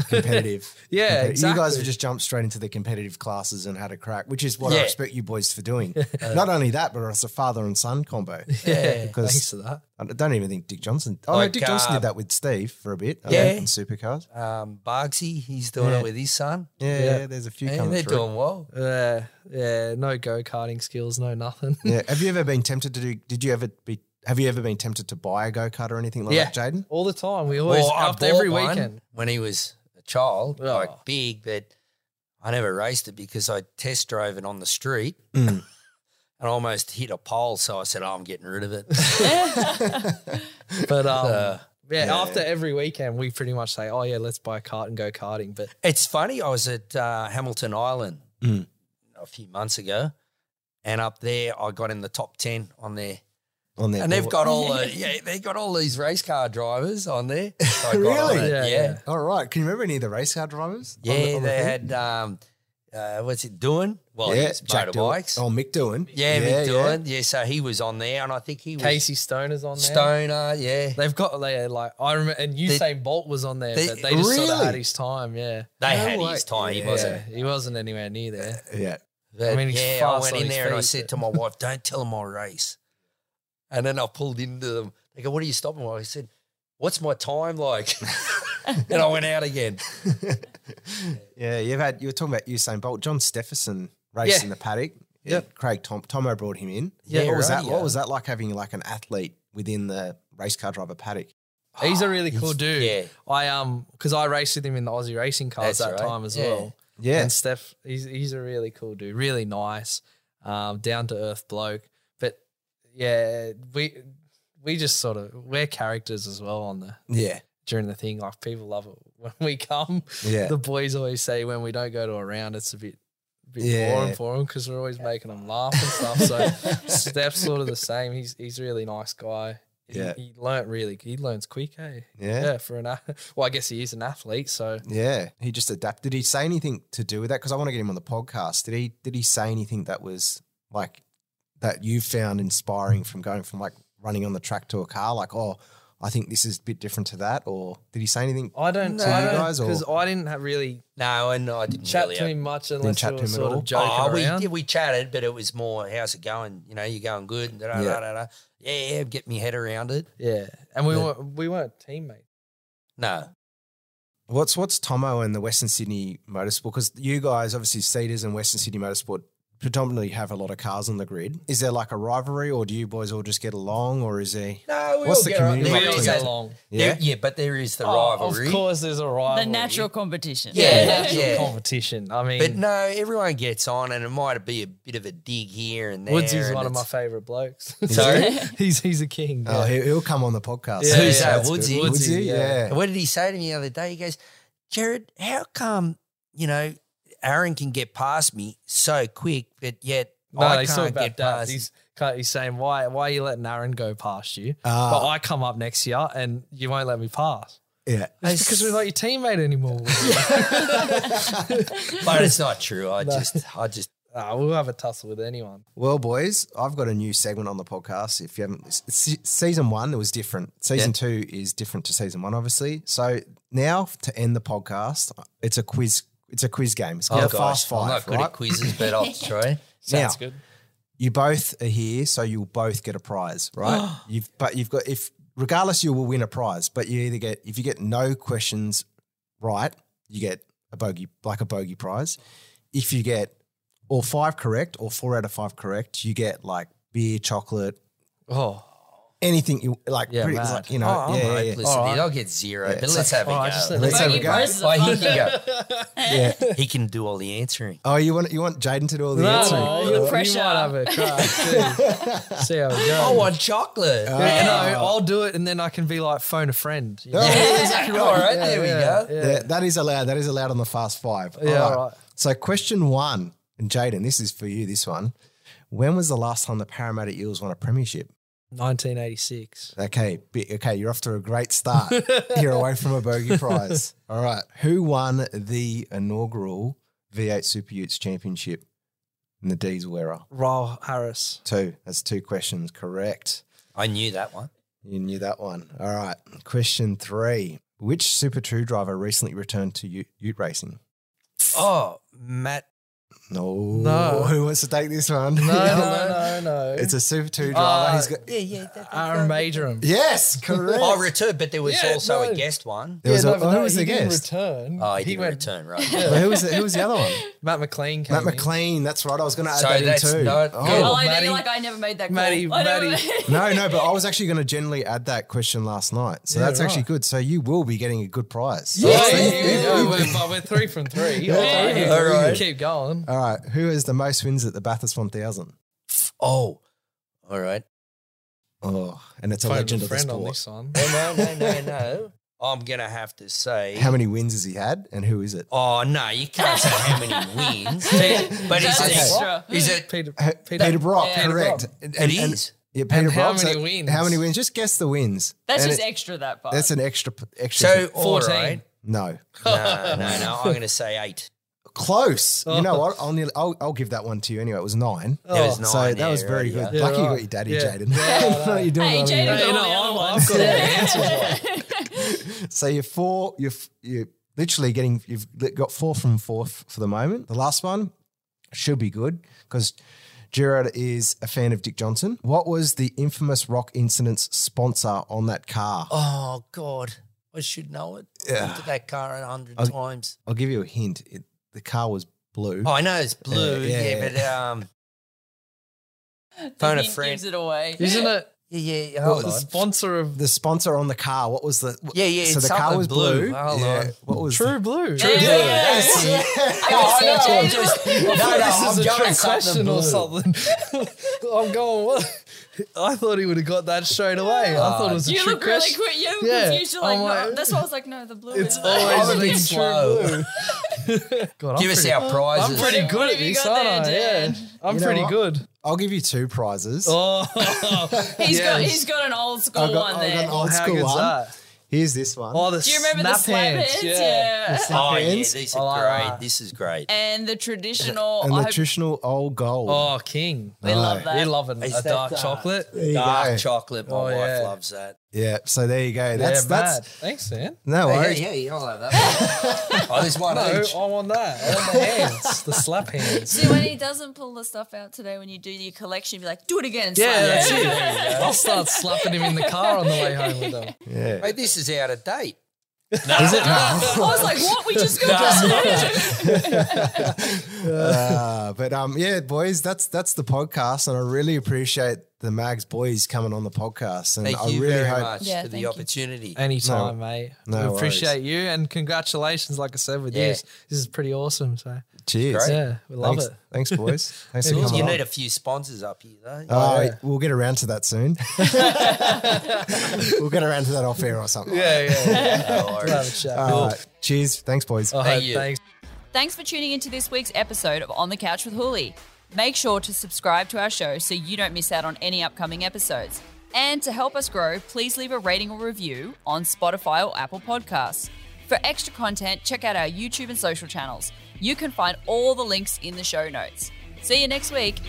Competitive. Competitive. Yeah, You guys exactly. have just jumped straight into the competitive classes and had a crack, which is what I Yeah. respect you boys for doing. Not only that, but it's a father and son combo. Yeah, because- thanks to that. I don't even think Dick Johnson. Oh, Like, no, Dick Johnson uh, did that with Steve for a bit. I Yeah. think, in supercars. Um, Bargsy, he's doing Yeah. it with his son. Yeah, yeah, Yeah. there's a few Man, coming they're through. doing well. Yeah, Uh, yeah, no go karting skills, no nothing. Yeah. Have you ever been tempted to do? Did you ever be? Have you ever been tempted to buy a go kart or anything like Yeah. that, Jaden? All the time. We always Well, I up every bought one weekend. when he was a child, Oh. like big, but I never raced it because I test drove it on the street and almost hit a pole. So I said, oh, "I'm getting rid of it." But um, yeah, after every weekend, we pretty much say, "Oh yeah, let's buy a cart and go karting." But It's funny. I was at uh, Hamilton Island a few months ago, and up there, I got in the top ten on there. On there, And they've got all the yeah, they got all these race car drivers on there. So I got Really? on it, Yeah, yeah, All right. Can you remember any of the race car drivers? yeah. on the- on the they thing? had um, uh, what's it doing? Well, yeah, yeah, Jack motorbikes. Doohan. Oh, Mick Doohan. Yeah, yeah. Mick Doohan. Yeah. so he was on there, and I think he was Casey Stoner's on there. Stoner. Yeah, They've got they, like I remember, and Usain Bolt was on there, they- but they just sort Really? of had his time. Yeah, No they had way. his time. He Yeah. wasn't. yeah, he wasn't anywhere near there. Yeah. But, I mean, he's yeah, I fast went on in his there and I feet, said but- to my wife, "Don't tell him I race." And then I pulled into them. They go, "What are you stopping?" for?" I said, "What's my time like?" and I went out again. Yeah, you've had you were talking about Usain Bolt, John Stephenson raced Yeah. in the paddock. Yeah, Craig Tom Tomo brought him in. Yeah, what was that? rightio. What was that like having like an athlete within the race car driver paddock? He's a really cool dude. Ah, yeah. I um, because I raced with him in the Aussie racing cars That's that right. time as Yeah. well. Yeah, And Steph, he's he's a really cool dude, really nice, um, down to earth bloke. But yeah, we we just sort of we're characters as well on the yeah, during the thing. Like people love it when we come. yeah. The boys always say when we don't go to a round, it's a bit. Bit Yeah. boring for him because we're always making them laugh and stuff. So Steph's sort of the same. He's he's a really nice guy. He, Yeah. he learnt really. He learns quick, hey. Yeah. yeah. For an a- well, I guess he is an athlete, so yeah, he just adapted. Did he say anything to do with that? Because I want to get him on the podcast. Did he? Did he say anything that was like that you found inspiring from going from like running on the track to a car? Like, oh, I think this is a bit different to that. Or did he say anything? I don't No. know To you guys, or- because I didn't have really No, and I didn't chat really to have- Oh, him much unless chat we to were him at sort all? of joking we around. yeah, we chatted, but it was more, "How's it going?" You know, you going good? And da, da, Yeah. da, da, da. yeah, yeah. Get my head around it. yeah, and we weren't we weren't teammates. No, What's what's Tomo and the Western Sydney Motorsport? Because you guys, obviously, Cedars and Western Sydney Motorsport predominantly have a lot of cars on the grid. Is there like a rivalry, or do you boys all just get along, or is there? No, we What's all the get on- community like there We all is to a- get along. there- Yeah? yeah, but there is the rivalry. Oh, Of course, there's a rivalry. The natural competition. Yeah, natural yeah. competition. I mean, But no, everyone gets on, and it might be a bit of a dig here and there. Woods is and one of my it's- favorite blokes. Sorry? he's he's a king. Oh, yeah. he- he'll come on the podcast. Yeah, Who's that, That's good. Woodsy? Woodsy, Woodsy, yeah. What did he say to me the other day? He goes, Jared, how come, you know, Aaron can get past me so quick, but yet no, I he's talking can't about get that. past He's, can't- he's saying why why are you letting Aaron go past you, Ah. but I come up next year and you won't let me pass. Yeah. It's because we're not your teammate anymore. But it's not true. I just, I just, Ah, we'll have a tussle with anyone. Well, boys, I've got a new segment on the podcast. If you haven't, it's- it's season one it was different. Season two is different to season one, obviously. So now to end the podcast, it's a quiz. It's a quiz game. It's called oh a fast gosh, five. I'm not good right? at quizzes, but I'll try. Sounds Now, good. You both are here, so you'll both get a prize, right? you've but you've got if regardless, you will win a prize. But you either get if you get no questions right, you get a bogey like a bogey prize. If you get all five correct or four out of five correct, you get like beer, chocolate, Oh, anything you like. Yeah, pretty, mad. like you Oh, know, I'm yeah, yeah, hopeless. yeah. at All it. right. I'll get zero, Yeah, but it's let's have a all right, go. just let- Let's have a Bogey go. prizes are Why, he fun, can though. go. Yeah. He can do all the answering. Oh, you want you want Jaden to do all the answering? no, you, you might pressure. have a crack. too. See how it I goes. Oh, want chocolate. Yeah, no, I'll do it, and then I can be like phone a friend. you know? Oh, exactly All right, there we yeah, go. yeah. Yeah, that is allowed. That is allowed on the fast five. Yeah, All right. all right. So question one, and Jaden, this is for you. This one. When was the last time the Parramatta Eels won a premiership? 1986. Okay, be- okay, you're off to a great start. you're away from a bogey prize. All right, who won the inaugural V8 Super Utes Championship in the D's wearer? Raul Harris. Two. That's two questions. Correct. I knew that one. You knew that one. All right. Question three. Which Super True driver recently returned to Ute, Ute racing? Oh, Matt. No. No. Who wants to take this one? No, no, no, no. It's a Super 2 driver. Uh, He's got. Yeah, yeah. That, Aaron Majorum. Yes, correct. Oh, return, but there was Yeah, also no. a guest one. There was no, a, but oh, no, who was the he didn't guest? return. Oh, he, He did went- return, right. Well, who, was the, who was the other one? Matt McLean came Matt in. McLean. That's right. I was going to add So that in that's too. not I good. oh. like that Maddie- you're like, I never made that call. Maddie- I never Maddie- made- No, no, but I was actually going to generally add that question last night. So Yeah, that's actually right. good. So you will be getting a good prize. Oh, yeah, yeah, yeah, yeah, we're, but we're three from three. Yeah. All All right. right. Keep going. All right. Who has the most wins at the Bathurst 1000? Oh, all right. Oh, and it's a Phone legend a of the friend on sport. this one. No, no, no, no. I'm gonna have to say. How many wins has he had, and who is it? Oh no, you can't say how many wins. but is That's it? extra. Is it? Peter, Uh, Peter, Peter, Brock, Yeah. correct. Peter And, It and- is. yeah, Peter And how Brock. many so wins? How many wins? Just guess the wins. That's And just it- extra, that part. That's an extra. p- extra So all 14. right. no, No, no, no. I'm gonna say eight. close. You know what? I'll, nearly, I'll I'll give that one to you anyway. It was nine. There was Oh, nine. so that there, was very right, good. yeah. Lucky Yeah, you got right. your daddy, Yeah. Jaden. No, you're doing hey, well Jaden, anyway. got Hey, all no, the other ones. I've- I've got all the answers So you're four. You're f- you're literally getting. You've li- got four from four f- for the moment. The last one should be good because Gerard is a fan of Dick Johnson. What was the infamous rock incident's sponsor on that car? Oh God, I should know it. Yeah. Yeah. Looked at that car a hundred Oh. times. I'll give you a hint. It, the car was blue. Oh, I know it's blue. Yeah, Yeah, Uh, yeah, but um, The phone a hint Gives friend. it away. Isn't it Yeah, yeah. What Hold the on. sponsor of The sponsor on the car. What was the? Yeah, yeah. So it's the car something Oh, was blue. Hold on. What was? True Blue? Yeah, yeah, yeah. That's it. I can see I'm Jaden. just- no, no, I'm this is a going trick question or blue. something. I'm going. What? I thought he would have got that straight away. I thought it was a You trick look really question. quick. You were Yeah, confused. You're like, I'm no. like- that's why I was like, no, the blue. It's one. always I'm been a bit true slow. blue. God, I'm oh, Give us pretty- our I'm prizes. pretty What good have at you this, got aren't I? there, Yeah, Dan? I'm You know pretty what? good. I'll give you two prizes. Oh, He's got yes. he's got an old school I've got, I've one got there. an old how school good's one. that? Here's this one. Oh, the Do you remember snap the slap hands. hands? Yeah. Yeah. Oh yeah, Hands. these are I like great. that. This is great. And the traditional. and I the hope- traditional old gold. Oh, king. we love that. They're loving Is a that dark dark? chocolate. There you Dark go. chocolate. My Oh, wife yeah. loves that. Yeah. So there you go. That's That's that's yeah, mad. Thanks, Dan. no Oh, yeah, worries. yeah, yeah, I like that. one. oh, there's one No, I each. want that. I want the hands, the slap hands. See, when he doesn't pull the stuff out today, when you do your collection, you'd be like, do it again. And Yeah, slap that's it. it. I'll start slapping him in the car on the way home with them. Yeah. Hey, this is out of date. Is it? I was like, what? We just got just Uh, but um, yeah, boys, that's that's the podcast, and I really appreciate the Mags boys coming on the podcast, and Thank I you really very hope. much Yeah, for thank the you. opportunity. Anytime, mate. no we appreciate you and congratulations, like I said, with Yeah. this. This is pretty awesome. So Cheers. yeah, we love Thanks, it. thanks, boys. Thanks for Cool. coming You on. need a few sponsors up here, though. Uh, Oh, yeah. We'll get around to that soon. we'll get around to that off air or something. Yeah, yeah. yeah. No worries. We'll have a chat. All right. Cheers. Thanks, boys. Oh, Thank you. Thanks. Thanks for tuning into this week's episode of On the Couch with Hooli. Make sure to subscribe to our show so you don't miss out on any upcoming episodes. And to help us grow, please leave a rating or review on Spotify or Apple Podcasts. For extra content, check out our YouTube and social channels. You can find all the links in the show notes. See you next week.